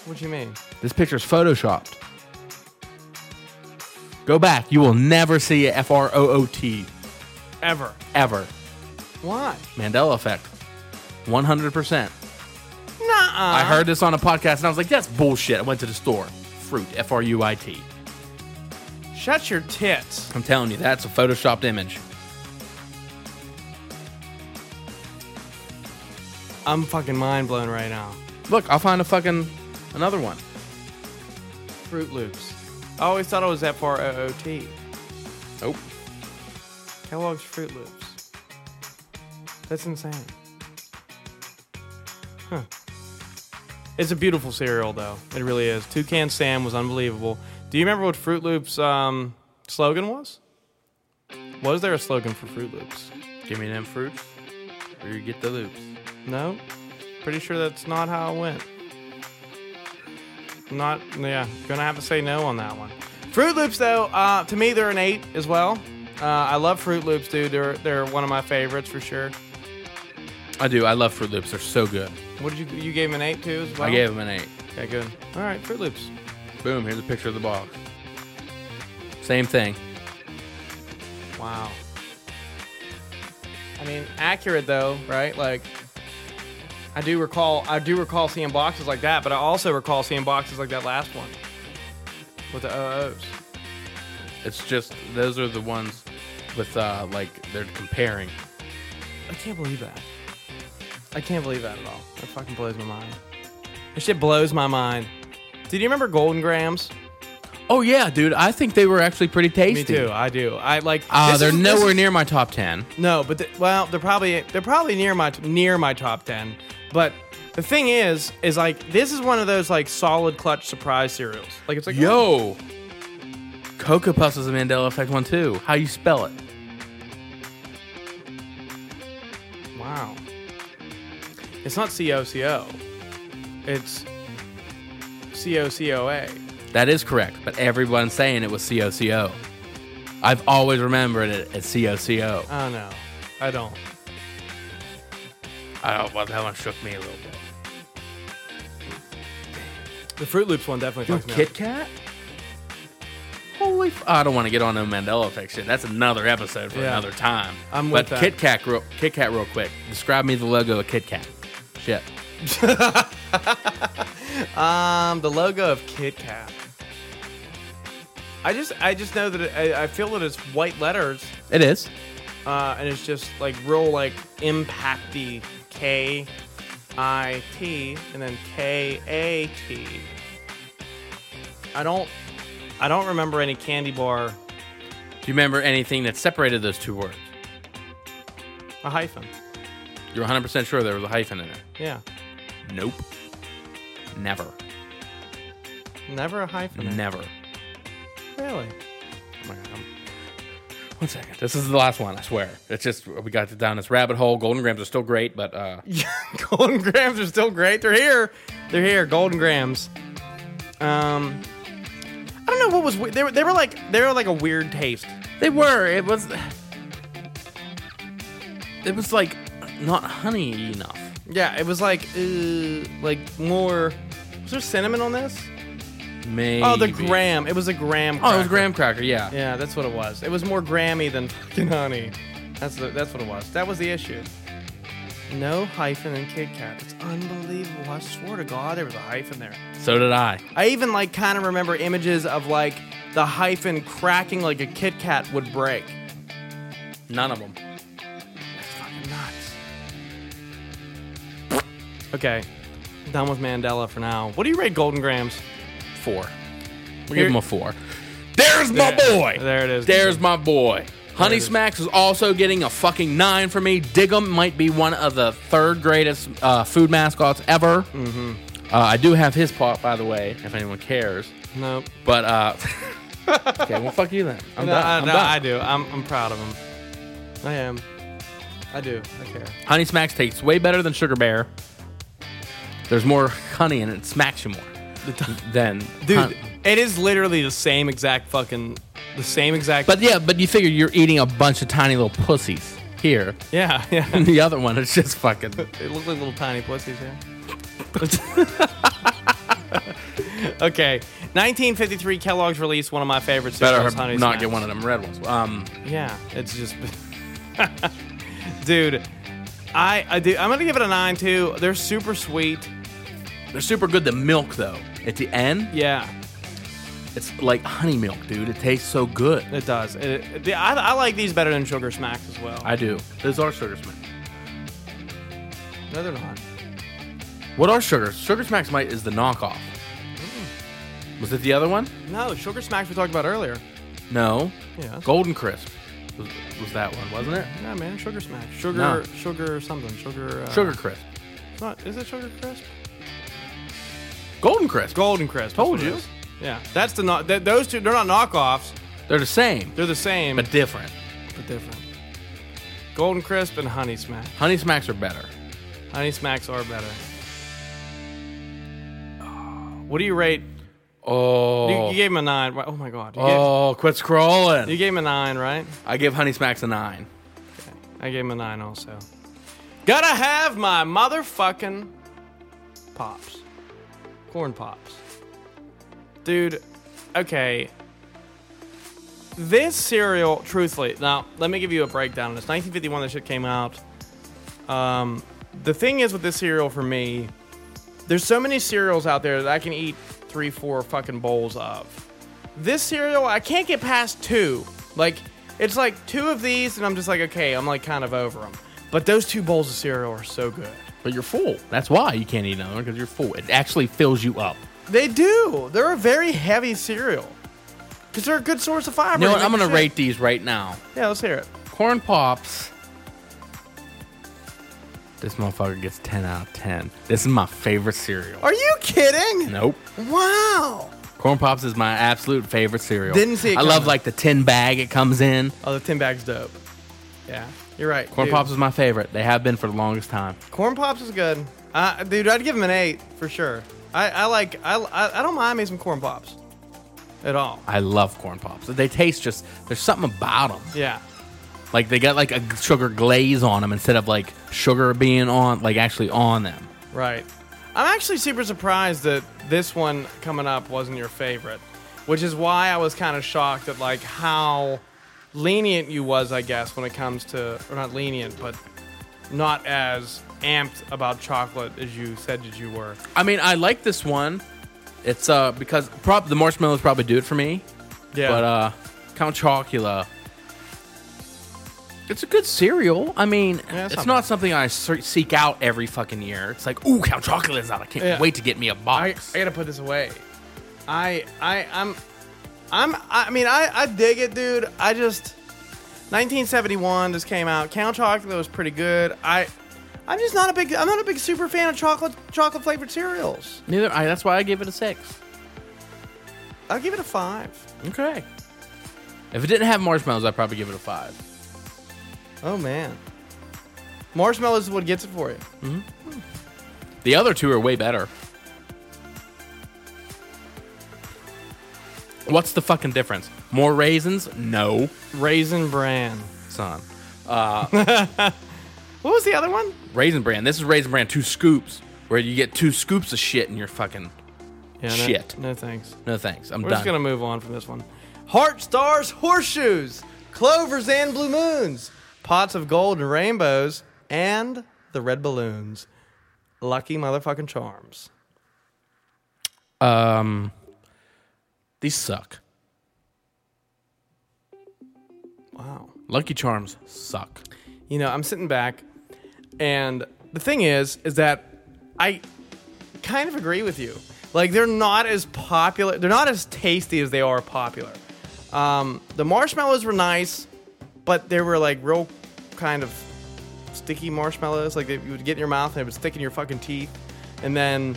What you mean? This picture's photoshopped. Go back. You will never see a F R O O T Ever. ever. Why? Mandela effect. 100%. Nuh-uh. I Uh-huh. heard this on a podcast and I was like, that's bullshit. I went to the store. Fruit, F R U I T. Shut your tits. I'm telling you, that's a photoshopped image. I'm fucking mind blown right now. Look, I'll find a fucking another one. Fruit Loops. I always thought it was F R O O T. Nope. Kellogg's Fruit Loops. That's insane. Huh. It's a beautiful cereal, though. It really is. Toucan Sam was unbelievable. Do you remember what Fruit Loops' um, slogan was? Was there a slogan for Fruit Loops? Give me them fruits, or you get the loops. No? Pretty sure that's not how it went. Not, yeah, gonna have to say no on that one. Fruit Loops, though, uh, to me, they're an eight as well. Uh, I love Fruit Loops, dude. They're, they're one of my favorites for sure. I do. I love Fruit Loops. They're so good. What did you, you gave them an eight too as well? I gave them an eight. Okay, good. All right, Fruit Loops. Boom. Here's a picture of the box. Same thing. Wow. I mean, accurate though, right? Like, I do recall, I do recall seeing boxes like that, but I also recall seeing boxes like that last one with the uh, OOs. It's just those are the ones with uh like they're comparing. I can't believe that. I can't believe that at all. That fucking blows my mind. That shit blows my mind. Did you remember Golden Grams? Oh yeah, dude. I think they were actually pretty Me tasty. too. I do. I like. Uh, this they're is- this nowhere is- near my top ten. No, but th well, they're probably they're probably near my near my top ten. But the thing is, is like this is one of those like solid clutch surprise cereals. Like it's like oh, Yo, Cocoa Puffs is a Mandela effect one too. How you spell it? oh, wow, it's not C O C O, it's C O C O A. That is correct, but everyone's saying it was COCO. I've always remembered it as COCO. Oh no, I don't. I don't, well, that one shook me a little bit. The Fruit Loops one definitely fucks me up. Kat? Holy! F- I don't want to get on no Mandela effect shit. That's another episode for Yeah. another time. I'm but with that. Kit Kat, real, Kit Kat, real quick. Describe me the logo of Kit Kat. Shit. Um, the logo of Kit Kat. I just, I just know that it, I, I feel that it's white letters, It is. uh, and it's just like real like impacty K I T and then K A T. I don't, I don't remember any candy bar Do you remember anything that separated those two words? a hyphen. You're 100 percent sure there was a hyphen in there. Yeah, Nope. Never. never a hyphen. Never. Really? Oh my God, I'm- One second. This is the last one, I swear. It's just we got down this rabbit hole. Golden grams are still great, but uh, <laughs> Golden Grams are still great. They're here. They're here. Golden Grams. Um, I don't know what was. we- They were, they were like they were like a weird taste. they were. It was. It was like not honey enough. Yeah, it was like uh, like more. Was there cinnamon on this? Maybe. Oh, the graham. It was a graham. Oh, it was cracker. graham cracker. Yeah. Yeah, that's what it was. It was more Grammy than fucking honey. That's the, that's what it was. That was the issue. No hyphen in Kit Kat. It's unbelievable. I swear to God, there was a hyphen there. So did I. I even like kind of remember images of like the hyphen cracking like a Kit Kat would break. None of them. That's fucking nuts. Okay, done with Mandela for now. What do you rate Golden Grams? Four. We Here- give him a four. There's my boy. There it is. There's my boy. Honey it is. Smacks is also getting a fucking nine for me. Diggum might be one of the third greatest uh, food mascots ever. Mm-hmm. Uh, I do have his pot, by the way, if anyone cares. Nope. But uh, <laughs> okay, well, fuck you then. I'm No, done. I, I'm no, done. uh, I do. I'm, I'm proud of him. I am. I do. I care. honey Smacks tastes way better than Sugar Bear. There's more honey and it <laughs> smacks you more than Dude, Hun- it is literally the same exact fucking, the same exact. But yeah, but you figure you're eating a bunch of tiny little pussies here. yeah, <laughs> yeah, And the other one is just fucking. it looked like little tiny pussies. Yeah. <laughs> okay, 1953 Kellogg's release one of my favorites. Better Sucralose Honey not Smacks. get one of them red ones. Um, Yeah, it's just, <laughs> dude. I, I do. I'm gonna give it a nine too. They're super sweet. they're super good. The milk though, at the end, Yeah, it's like honey milk, dude. It tastes so good. it does. It, it- I, I like these better than Sugar Smacks as well. I do. Those are sugar smacks. no, they're not. What are sugars? Sugar smacks might is the knockoff. Mm. Was it the other one? No, Sugar Smacks we talked about earlier. No. Yeah. Golden crisp was, was that one, wasn't it? Yeah, man, sugar smack. Sugar, No. sugar something. Sugar. Uh, Sugar crisp. it's Not, is it sugar crisp? Golden crisp. Golden crisp. that's Told what it you. is. Yeah, that's the not. Th- those two, they're not knockoffs. They're the same, They're the same, but different. but different. Golden crisp and honey smack. Honey smacks are better. Honey smacks are better. Oh, What do you rate? Oh. You, you gave him a nine. right? Oh my god. You, Oh, quit scrolling. gave, you gave him a nine, right? I give Honey Smacks a nine. I gave him a nine also. Gotta have my motherfucking pops. Corn pops. Dude, okay. This cereal, truthfully, now let me give you a breakdown. It's 1951 this shit came out. Um, the thing is with this cereal for me, there's so many cereals out there that I can eat three, four fucking bowls of this cereal i can't get past two like it's like two of these and i'm just like okay i'm like kind of over them but those two bowls of cereal are so good But you're full. That's why you can't eat another because you're full. It actually fills you up. they do they're a very heavy cereal because they're a good source of fiber You know what? They I'm make gonna shit. rate these right now. yeah let's hear it Corn Pops. This motherfucker gets 10 out of 10. This is my favorite cereal. are you kidding Nope. wow Corn Pops is my absolute favorite cereal. Didn't see it I love coming. like the tin bag it comes in. oh the tin bag's dope yeah you're right Corn dude. Pops is my favorite. They have been for the longest time. corn pops is good uh, dude i'd give him an eight for sure i, I like I, I, I don't mind me some corn pops at all I love Corn Pops. They taste just there's something about them. yeah Like they got like a sugar glaze on them instead of like sugar being on like actually on them. Right. I'm actually super surprised that this one coming up wasn't your favorite, which is why I was kind of shocked at like how lenient you was, I guess, when it comes to or not lenient, but not as amped about chocolate as you said that you were. I mean, I like this one. It's uh because prob the marshmallows probably do it for me, Yeah. but uh Count Chocula. It's a good cereal. I mean, Yeah, it's not it's not, bad. something I se- seek out every fucking year. It's like, ooh, Count Chocula's out. I can't Yeah. wait to get me a I, box. I gotta put this away. I I I'm I'm I mean I I dig it, dude. I just 1971 this came out. Count Chocula was pretty good. I I'm just not a big I'm not a big super fan of chocolate chocolate flavored cereals. Neither. I, that's why I give it a six. I'll give it a five. Okay. If it didn't have marshmallows, I'd probably give it a five. Oh man, marshmallows is what gets it for you. The other two are way better. What's the fucking difference? More raisins? No, Raisin Bran. son. What was the other one? Raisin bran. This is raisin bran. Two scoops, where you get two scoops of shit in your fucking. Yeah, no- Shit. No thanks. No thanks. I'm We're done. just gonna move on from this one. Heart stars, horseshoes, clovers and blue moons, pots of gold and rainbows, and the red balloons. Lucky motherfucking charms. Um, these suck. Wow. Lucky Charms suck. you know, I'm sitting back, and the thing is, is that I kind of agree with you. Like, they're not as popular. They're not as tasty as they are popular. Um, the marshmallows were nice, but they were like real kind of sticky marshmallows. Like, they, you would get in your mouth and it would stick in your fucking teeth. And then,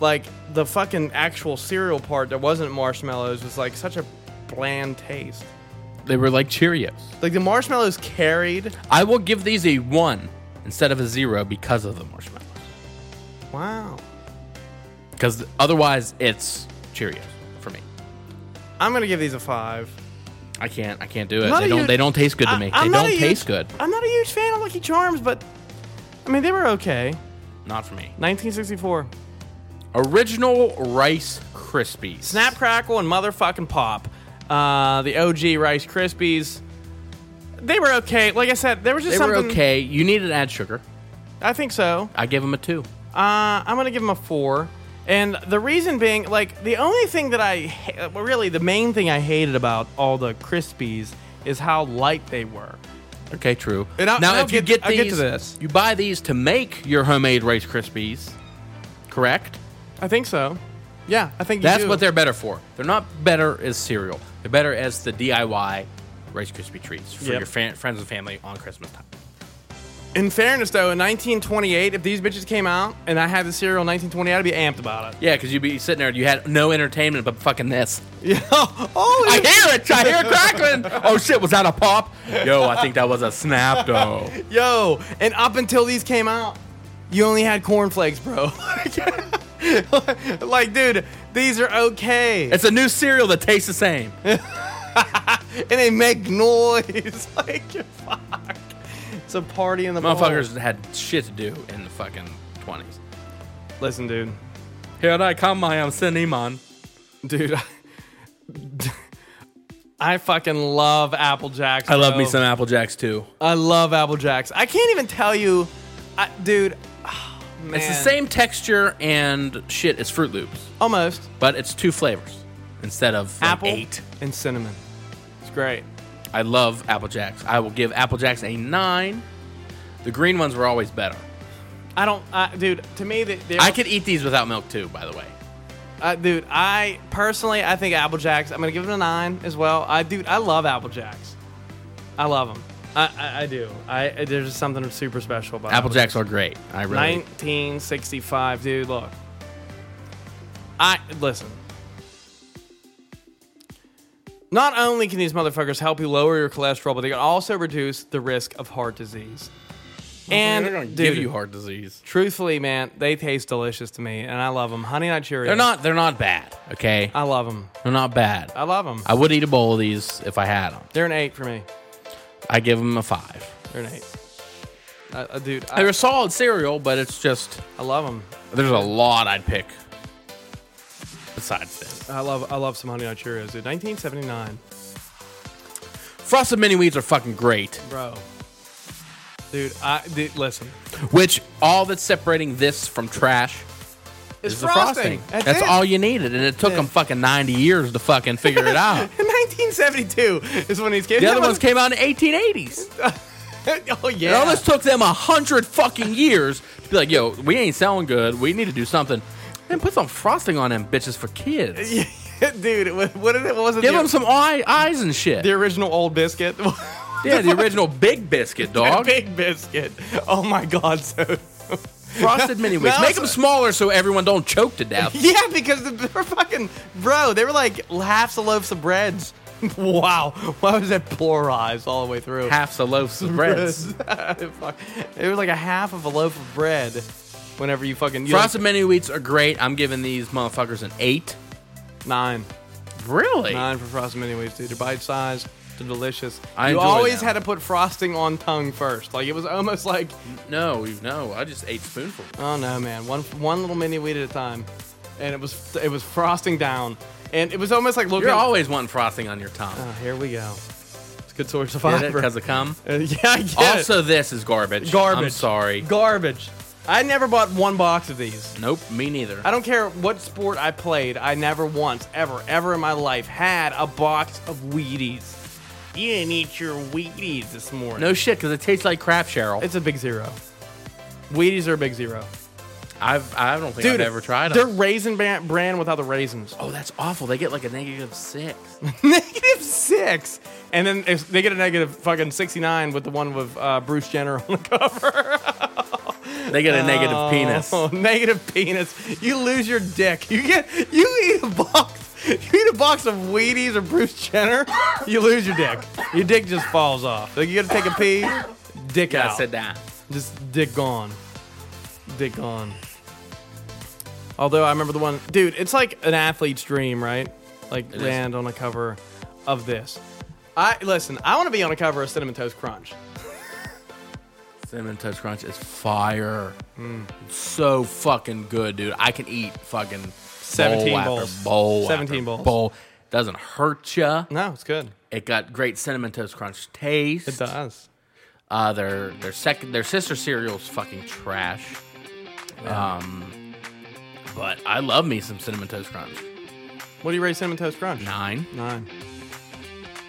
like, the fucking actual cereal part that wasn't marshmallows was like such a bland taste. They were like Cheerios. Like, the marshmallows carried. I will give these a one instead of a zero because of the marshmallows. Wow. Because otherwise, it's Cheerios for me. I'm gonna give these a five. I can't. I can't do it. Not They a don't. huge- they don't taste good to I- me. I'm they not don't a huge- taste good. I'm not a huge fan of Lucky Charms, but I mean they were okay. Not for me. 1964, Original Rice Krispies. Snap Crackle and motherfucking Pop, uh, the OG Rice Krispies. They were okay. Like I said, there was just They were something. okay. You needed to add sugar. I think so. I gave them a two. Uh, I'm gonna give them a four, and the reason being, like, the only thing that I, ha- well, really, the main thing I hated about all the Krispies is how light they were. Okay, true. And I'll- now, and I'll if you get- get, I'll these, get to this. you buy these to make your homemade Rice Krispies, correct? I think so. Yeah, I think you That's do. what they're better for. They're not better as cereal. They're better as the DIY Rice Krispie treats for Yep. your fa- friends and family on Christmas time. In fairness, though, in 1928, if these bitches came out and I had the cereal in 1928, I'd be amped about it. <laughs> Yeah, because you'd be sitting there, you had no entertainment but fucking this. Yeah. oh, I yeah. hear it. I hear it crackling. Oh shit, was that a pop? Yo, I think that was a snap though. yo! And up until these came out, you only had cornflakes, bro. <laughs> like, dude, these are okay, It's a new cereal that tastes the same. <laughs> and they make noise. <laughs> like, fuck. It's a party in the mall. Motherfuckers had shit to do in the fucking twenties. Listen, dude, Here I come, I am Cinnamon. dude. <laughs> I, I fucking love Apple Jacks. I love me bro. some Apple Jacks too. I love Apple Jacks. I can't even tell you, I, dude. <sighs> ah, It's the man. same texture and shit as Fruit Loops, Almost. but it's two flavors instead of like, Apple eight. and cinnamon. It's great. I love Apple Jacks. I will give Apple Jacks a nine. The green ones were always better. I don't, I dude. To me, they, they I could eat these without milk too, by the way. uh, dude. I personally, I think Apple Jacks. I'm gonna give it a nine as well. I, dude, I love Apple Jacks. I love them. I, I, I do. I there's just something super special about Apple Jacks are great. I really. 1965, dude. Look, I listen. Not only can these motherfuckers help you lower your cholesterol, but they can also reduce the risk of heart disease. And dude, give you heart disease. truthfully, man, they taste delicious to me, and I love them. Honey Nut Cheerios. They're not. They're not bad. Okay, I love them. they're not bad. I love them. Uh, I would eat a bowl of these if I had them. They're an eight for me. I give them a five. They're an eight. Uh, uh, dude, They're I, a solid cereal, but it's just I love them. there's a lot I'd pick. Besides this, I love I love some Honey Nut Cheerios, dude. 1979. frosted mini wheats are fucking great. Bro. Dude, I dude, listen. Which all that's separating this from trash is the frosting. That's, it. <laughs> all you needed, and it took them fucking ninety years to fucking figure it <laughs> out. 1972 is when these came. <laughs> The other ones came out in eighteen eighties. oh It yeah. almost took them a hundred fucking years to be like, "Yo, we ain't selling good. We need to do something." And put some frosting on them bitches for kids. <laughs> dude, what, what, did it, what was it? Give the, them some eye, eyes and shit. the original old biscuit. <laughs> yeah, the original Big Biscuit dog. Big biscuit. Oh my god, so <laughs> Frosted mini wheats. No, Make so- them smaller so everyone <laughs> don't choke to death. Yeah, because they were fucking bro, they were like halves of loaves of breads. <laughs> wow. Why was that pluralized all the way through? Half the loaves of bread. <laughs> Fuck. it was like a half of a loaf of bread. Whenever you fucking you Frosted mini wheats are great. I'm giving these motherfuckers an eight. like- nine. Really? Nine for frosting anyways, dude. They're bite sized. They're delicious. I you enjoy always them. had to put frosting on tongue first. Like it was almost like, No, you- no. I just ate spoonful. oh no, man, one one little mini wheat at a time, and it was it was frosting down, and it was almost like looking. You're always wanting frosting on your tongue. oh, here we go. It's a good source of fiber. Because of cum. Uh, <laughs> yeah, I get it. Also, this is garbage. garbage. I'm sorry. Garbage. I never bought one box of these. Nope, me neither. I don't care what sport I played. I never once, ever, ever in my life had a box of Wheaties. You didn't eat your Wheaties this morning. No shit, because it tastes like crap, Cheryl. It's a big zero. Wheaties are a big zero. I've, I don't think I've ever tried They're them. raisin brand, brand without the <laughs> raisins. Oh, that's awful. They get like a negative <laughs> six. negative six. And then if they get a negative fucking 69 with the one with uh, Bruce Jenner on the cover. They get a negative penis. Oh, <laughs> negative penis. You lose your dick. You get you eat a box. You eat a box of Wheaties or Bruce Jenner, you lose your dick. Your dick just falls off. Like you gotta take a pee, dick out. I said that. Just dick gone. Dick gone. Although I remember the one, dude, it's like an athlete's dream, right? Like is. land on a cover of this. I listen. I want to be on a cover of Cinnamon Toast Crunch. Cinnamon Toast Crunch is fire. It's so fucking good, dude. I can eat fucking bowl 17 after bowls. bowl. 17 after bowls. Bowl. Doesn't hurt ya. No, it's good. It got great Cinnamon Toast Crunch taste. It does. Uh, their their second their sister cereal's fucking trash. Um, but I love me some cinnamon toast crunch. What do you rate Cinnamon Toast Crunch? Nine. Nine.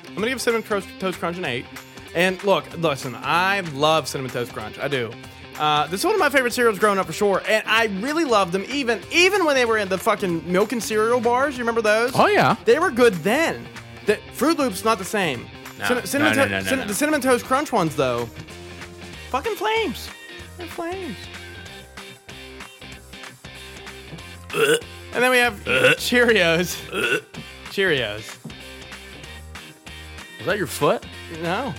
I'm gonna give Cinnamon Toast, Toast Crunch an eight. And look, listen, I love Cinnamon Toast Crunch. I do. Uh, this is one of my favorite cereals growing up for sure, and I really loved them even even when they were in the fucking milk and cereal bars. You remember those? Oh, yeah. they were good then. The Fruit Loops not the same. No. Cin- No, cinnamon no, To- no, no, Cin- no. The cinnamon toast crunch ones though, fucking flames. They're flames. And then we have Cheerios. Cheerios. Was that your foot? No.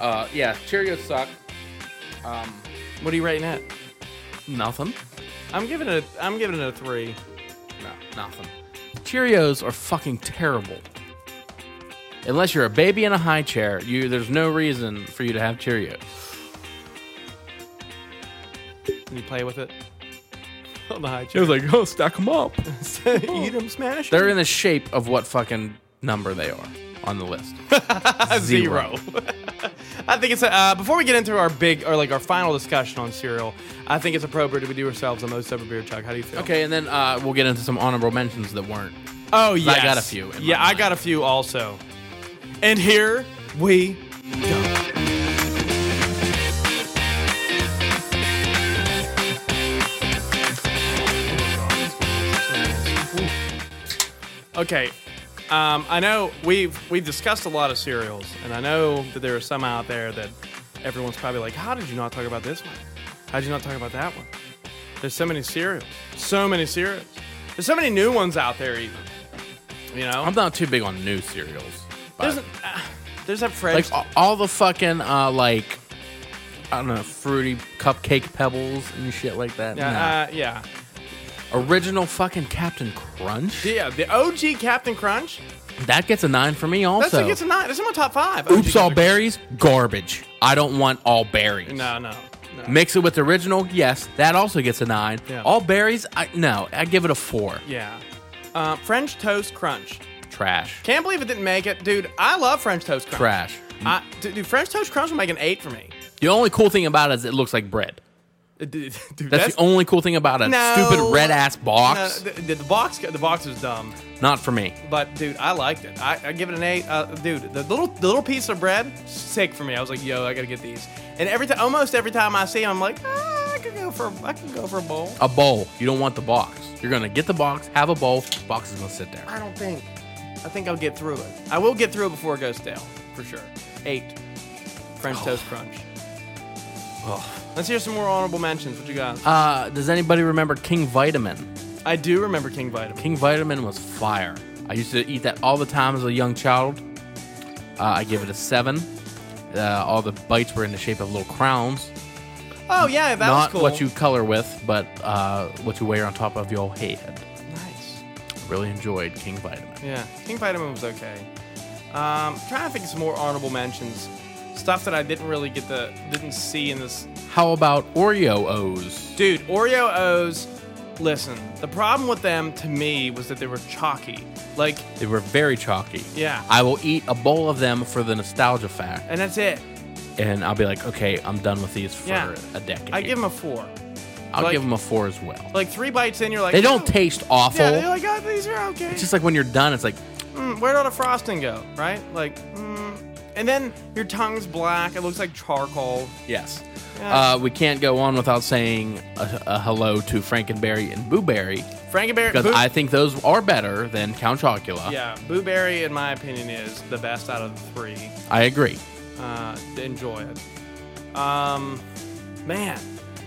Uh, yeah. Cheerios suck. What are you rating it? Nothing. I'm giving it. A, I'm giving it a three. No, nothing. Cheerios are fucking terrible. Unless you're a baby in a high chair, you there's no reason for you to have Cheerios. Can you play with it? On the high It chair. was like, oh, stack them up. <laughs> Eat them, smash. 'em. They're in the shape of what fucking number they are on the list. zero. I think it's uh, before we get into our big or like our final discussion on cereal. I think it's appropriate that we do ourselves a most sober beer chug. How do you feel? Okay, and then uh, we'll get into some honorable mentions that weren't. Oh yeah, got a few in Yeah, my I got a few also. And here we go. Okay. Um, I know we've we've discussed a lot of cereals, and I know that there are some out there that everyone's probably like, "How did you not talk about this one? How did you not talk about that one?" There's so many cereals, so many cereals. There's so many new ones out there, even. You know, I'm not too big on new cereals. but- there's, uh, there's that French. like a- all the fucking uh like I don't know, fruity cupcake pebbles and shit like that. Nah. yeah, uh, yeah, Original fucking Captain Crunch. yeah. The OG Captain Crunch. That gets a nine for me That's also. like it's a nine. That's in my top five. OG Oops, all Captain berries, garbage. I don't want all berries. Crunch. No, no. no. Mix it with the original, yes, that also gets a nine. Yeah. All berries, I, no, I give it a four. yeah. Uh, French toast crunch. Trash, Can't believe it didn't make it, dude. I love French toast crunch. trash. I, dude, dude, French toast crunch will make an eight for me. <laughs> The only cool thing about it is it looks like bread. Uh, Dude, dude, That's, the only cool thing about a No. stupid red ass no, box. the, the- the box. The box was dumb, Not for me. but dude, I liked it. I, I give it an eight. Uh, dude, the little the little piece of bread, sick for me. I was like, yo, I gotta get these. And every time, almost every time I see them, I'm like, ah, I could go for I could go for a bowl. a bowl. You don't want the box. You're gonna get the box, have a bowl. Box is gonna sit there. I don't think. I think I'll get through it. I will get through it before it goes stale, for sure. Eight. French Oh. toast crunch. Let's hear some more honorable mentions. What you got? Uh, does anybody remember King Vitamin? I do remember King Vitamin. King Vitamin was fire. I I used to eat that all the time as a young child. Uh, I give it a seven. Uh, all the bites were in the shape of little crowns, Oh yeah, that was not cool. what you color with, but uh, what you wear on top of your head. nice. Really enjoyed King Vitamin. Yeah, King Vitamin was okay. Um, trying to think of some more honorable mentions, stuff that I didn't really get the didn't see in this. How about Oreo O's? Dude, Oreo O's. Listen, the problem with them to me was that they were chalky. Like, They were very chalky. Yeah. I will eat a bowl of them for the nostalgia fact, and that's it. and I'll be like, okay, I'm done with these for Yeah. a decade. I give them a four. I'll like- give them a four as well. Like three bites in, you're like they don't "Ew." taste awful. Yeah, they're like, oh, these are okay. it's just like when you're done, it's like, Mm, where'd all the frosting go? Right? Like, mm. and then your tongue's black. It looks like charcoal. yes. Yeah. Uh, we can't go on without saying a, a hello to Frankenberry and Booberry Frankenberry. because Boo- I think those are better than Count Chocula. yeah, blueberry, in my opinion, is the best out of the three. I agree. Uh, enjoy it. Um, man,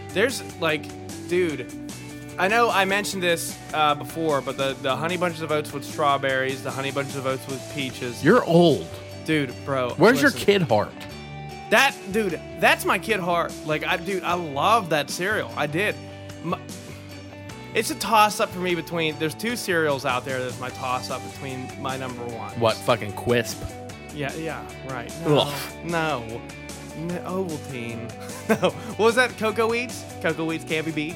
there's like, dude. I know I mentioned this uh, before, but the, the honey bunches of oats with strawberries, the honey bunches of oats with peaches. You're old. dude, bro. Where's your listen. kid heart? That dude, that's my kid heart. Like I, dude, I love that cereal. I did. My, it's a toss up for me between. There's two cereals out there that's my toss up between my number one. What fucking quisp? Yeah, yeah, right. No, Ugh. no, no Ovaltine. <laughs> No, what was that? Cocoa Wheats. Cocoa Wheats can't be beat.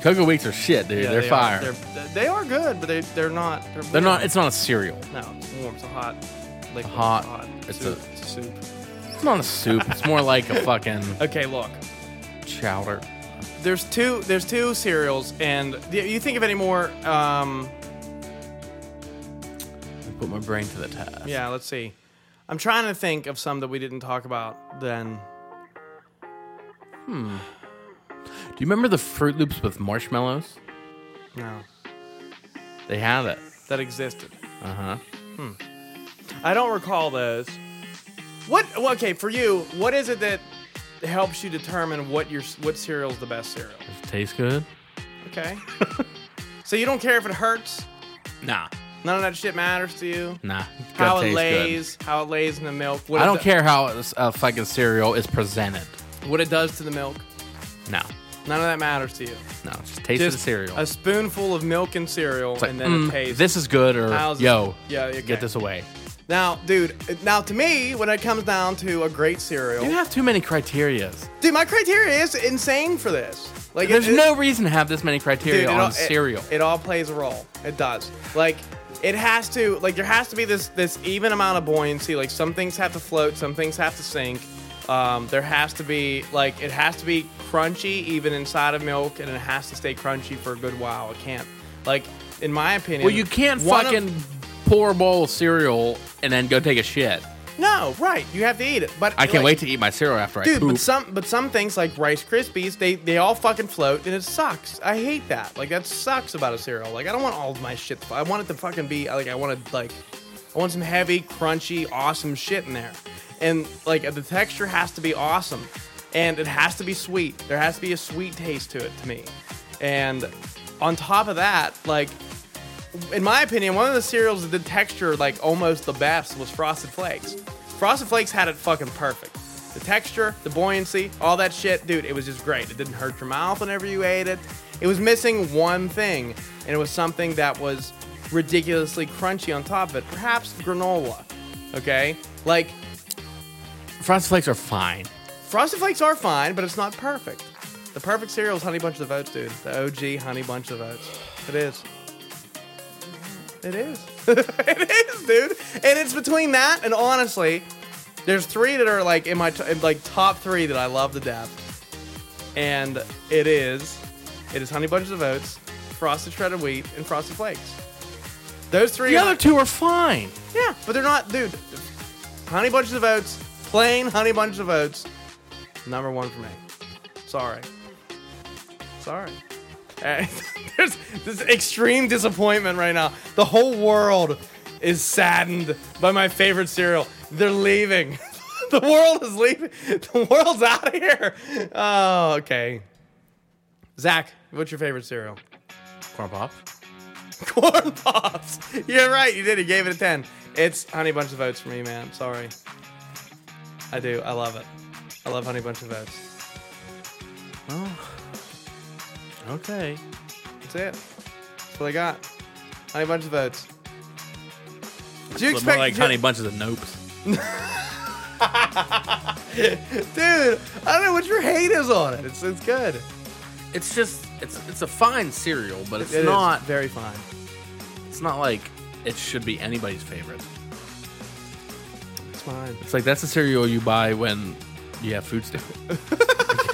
Cocoa Wheats are shit, dude. Yeah, they're they are. fire. They're, They're, they are good, but they they're not. They're, not. It's not a cereal. no, it's warm. It's a hot. Like Hot. hot. It's soup. a- It's a soup. It's not a soup. it's more like <laughs> a fucking Okay, look. chowder. there's two there's two cereals and y- you think of any more um Put my brain to the test. yeah let's see i'm trying to think of some that we didn't talk about then Do you remember the Fruit Loops with marshmallows? no They had it. that existed Uh huh. i don't recall those what well, okay for you what is it that helps you determine what your what cereal's the best cereal Does it taste good? okay <laughs> so you don't care if it hurts Nah. none of that shit matters to you Nah. how Gotta it taste good. lays how it lays in the milk what I it don't do- care how it's- a fucking cereal is presented. what it does to the milk No, none of that matters to you no, just taste just the cereal. A spoonful of milk and cereal, It's like, and then mm, it tastes. this is good, or How's it- yo, Yeah, okay. get this away. Now, dude. Now, to me, when it comes down to a great cereal, You have too many criterias. dude, my criteria is insane for this. Like, it- There's it- no reason to have this many dude, criteria it on all- it- cereal. It, all plays a role. It does. Like, it has to. Like, there has to be this this even amount of buoyancy. Like, some things have to float, some things have to sink. Um, there has to be like it has to be crunchy even inside of milk, and it has to stay crunchy for a good while. It can't. Like, in my opinion, well, you can't one of- fucking pour a bowl of cereal and then go take a shit. No, right. You have to eat it. But I like, can't wait to eat my cereal after I Dude, poop. but some but some things like Rice Krispies, they they all fucking float and it sucks. I hate that. Like that sucks about a cereal. Like I don't want all of my shit. To, I want it to fucking be like I want to like I want some heavy, crunchy, awesome shit in there. And like the texture has to be awesome, and it has to be sweet. There has to be a sweet taste to it to me. And on top of that, like in my opinion, one of the cereals that did texture like almost the best was Frosted Flakes. Frosted Flakes had it fucking perfect. The texture, the buoyancy, all that shit, dude, it was just great. It didn't hurt your mouth whenever you ate it. It was missing one thing, and it was something that was ridiculously crunchy on top of it. Perhaps granola, okay? Like, Frosted Flakes are fine. Frosted Flakes are fine, but it's not perfect. The perfect cereal is Honey Bunch of Oats, dude. The OG Honey Bunch of Oats. It is. It is. <laughs> it is, dude. And it's between that and honestly, there's three that are like in my t- in, like top three that I love to death, and it is, it is Honey Bunches of Oats, Frosted Shredded Wheat, and Frosted Flakes. Those three. The are- other two are fine. yeah, but they're not, dude. Honey bunches of oats, plain honey bunches of oats, number one for me. Sorry, sorry. Eh, <laughs> There's this extreme disappointment right now. The whole world is saddened by my favorite cereal. They're leaving. <laughs> the world is leaving. <laughs> The world's out of here. Oh, okay. Zach, what's your favorite cereal? Corn Pops. corn pops. You're right. You did. You gave it a ten. It's honey bunch of oats for me, man. Sorry. I do. I love it. I love honey bunch of oats. Okay. That's it. That's what I got. Honey bunch of oats. Do you expect like did- honey bunches of nopes. dude? I don't know what your hate is on it. It's it's good. It's just it's it's a fine cereal, but it's It is not very fine. it's not like it should be anybody's favorite. It's fine. <laughs> It's like that's a cereal you buy when you have food stamps.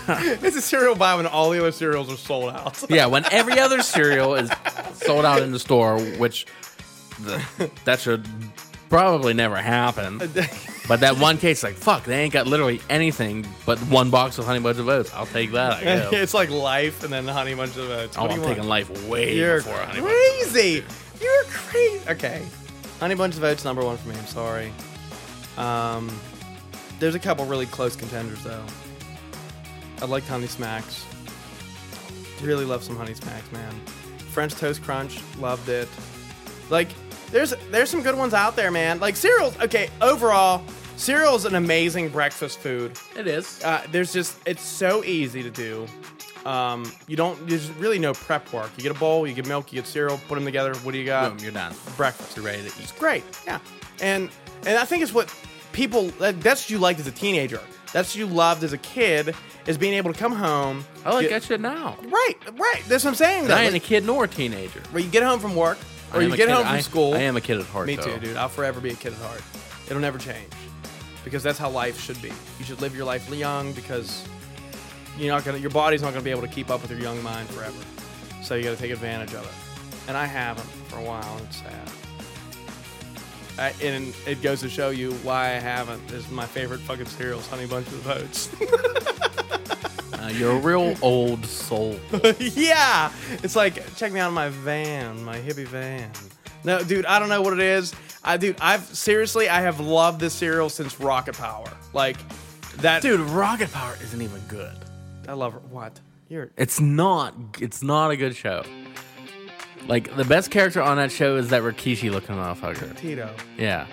It's a cereal buy when all the other cereals are sold out. <laughs> <laughs> yeah, when every other cereal is sold out in the store, which the, that should probably never happen. But that one case, like fuck, they ain't got literally anything but one box of Honey Bunch of Oats. I'll take that. <laughs> I guess. it's like life and then honey bunch of oats. Oh, What do I'm you taking want? life way You're before Honey Bunch. crazy. You're crazy. Okay. Honey Bunch of Oats number one for me. I'm sorry. Um, there's a couple really close contenders though. I liked Honey Smacks. Really love some Honey Smacks, man. French Toast Crunch, loved it. Like, there's there's some good ones out there, man. Like cereals. Okay, overall, cereal's an amazing breakfast food It is. uh, there's just it's so easy to do. Um, you don't there's really no prep work. You get a bowl, you get milk, you get cereal, put them together. What do you got? Boom, you're done. Breakfast. You're ready to eat. Great, yeah. And and I think it's what people that, that's what you liked as a teenager. That's what you loved as a kid is being able to come home. I like get, that shit now. Right, right. That's what I'm saying. Though. I ain't a Like, kid nor a teenager. where you get home from work or I you am a get kid- home from I- school. I am a kid at heart. Me though. too, dude. I'll forever be a kid at heart. It'll never change because that's how life should be. You should live your life young because you're not gonna, your body's not gonna be able to keep up with your young mind forever. So you got to take advantage of it. And I haven't for a while, and it's sad. I, and it goes to show you why I haven't. Is my favorite fucking cereals, Honey Bunch of <laughs> Oats. Uh, you're a real old soul. <laughs> yeah, it's like check me out in my van, my hippie van. No, dude, I don't know what it is. I, dude, I've seriously, I have loved this cereal since Rocket Power. Like that, Dude, Rocket Power isn't even good. I love what you're. It's not. It's not a good show. Like the best character on that show is that Rikishi looking motherfucker. Tito, Yeah.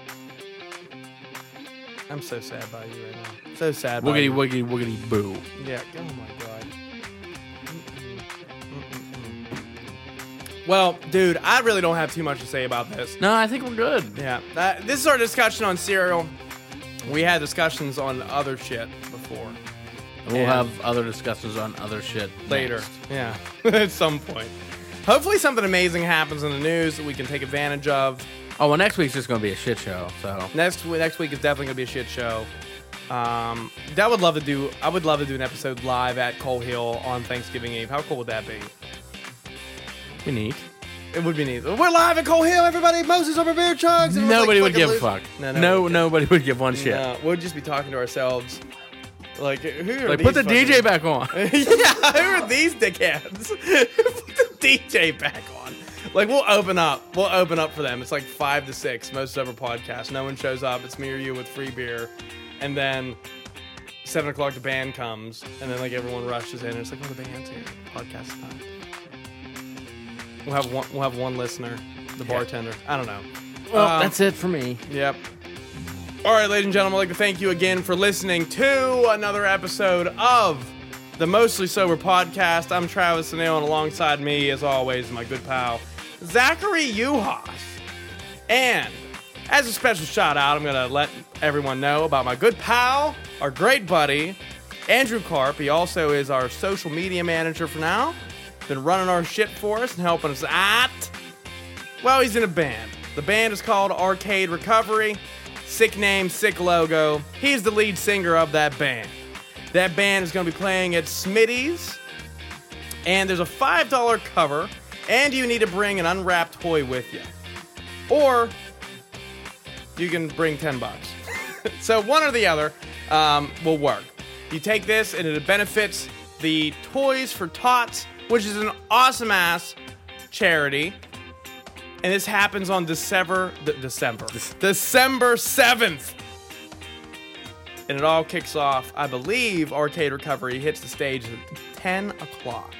I'm so sad by you right now. So sad. by Wiggity you. wiggity wiggity boo. Yeah. Oh my god. Well, dude, I really don't have too much to say about this. No, I think we're good. Yeah, uh, this is our discussion on cereal. We had discussions on other shit before. We'll have other discussions on other shit later. next. Yeah, <laughs> at some point. Hopefully, something amazing happens in the news that we can take advantage of. Oh well, next week's just gonna be a shit show. So Next w- next week is definitely gonna be a shit show. Um, that would love to do. I would love to do an episode live at Coal Hill on Thanksgiving Eve. How cool would that be? we need. It would be neat. We're live at Coal Hill, everybody. Moses over beer chugs. and it was Nobody like would fucking give a lo- fuck. No, No, no, we nobody would give one shit. No, we'll just be talking to ourselves. Like who are Like these put the fucking- DJ back on. <laughs> <laughs> yeah, who are these dickheads? <laughs> Put the DJ back on. Like we'll open up. We'll open up for them. It's like five to six, most ever podcast. No one shows up. It's me or you with free beer, and then seven o'clock the band comes, and then like everyone rushes in. And it's like, oh, the band's here. Podcast time. We'll have one. We'll have one listener, the bartender. I don't know. well, Um, that's it for me. Yep. All right, ladies and gentlemen, I'd like to thank you again for listening to another episode of the Mostly Sober Podcast. I'm Travis Sunil, and alongside me, as always, my good pal, Zachary Uhas. And as a special shout out, I'm going to let everyone know about my good pal, our great buddy, Andrew Carp. He also is our social media manager for now. Been running our shit for us and helping us out. Well, he's in a band. The band is called Arcade Recovery. Sick name, sick logo. He's the lead singer of that band. That band is going to be playing at Smitty's, and there's a $5 cover, and you need to bring an unwrapped toy with you. Or you can bring 10 bucks. <laughs> so one or the other um, will work. You take this, and it benefits the Toys for Tots, which is an awesome ass charity and this happens on December, De- December, December seventh. And it all kicks off. I believe Arcade Recovery hits the stage at 10 o'clock,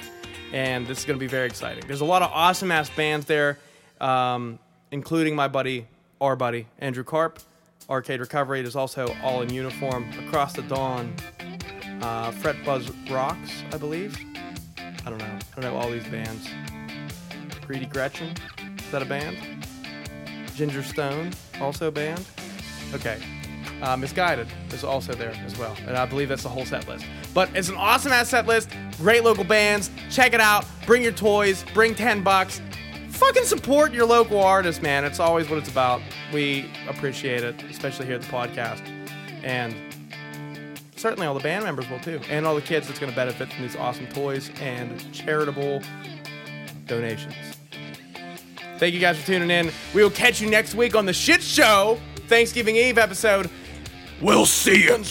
and this is going to be very exciting. There's a lot of awesome ass bands there. um, including my buddy, our buddy, Andrew Carp. Arcade Recovery. It is also all in uniform. Across the Dawn, uh, Fret Buzz Rocks, I believe. I don't know. I don't know all these bands. Greedy Gretchen, is that a band? Ginger Stone, also a band. Okay. Uh, Misguided is also there as well. And I believe that's the whole set list. But it's an awesome ass set list. Great local bands. Check it out. Bring your toys. Bring 10 bucks. Fucking support your local artists, man. It's always what it's about. We appreciate it, especially here at the podcast. And certainly all the band members will too. And all the kids that's going to benefit from these awesome toys and charitable donations. Thank you guys for tuning in. We will catch you next week on the Shit Show Thanksgiving Eve episode. We'll see you.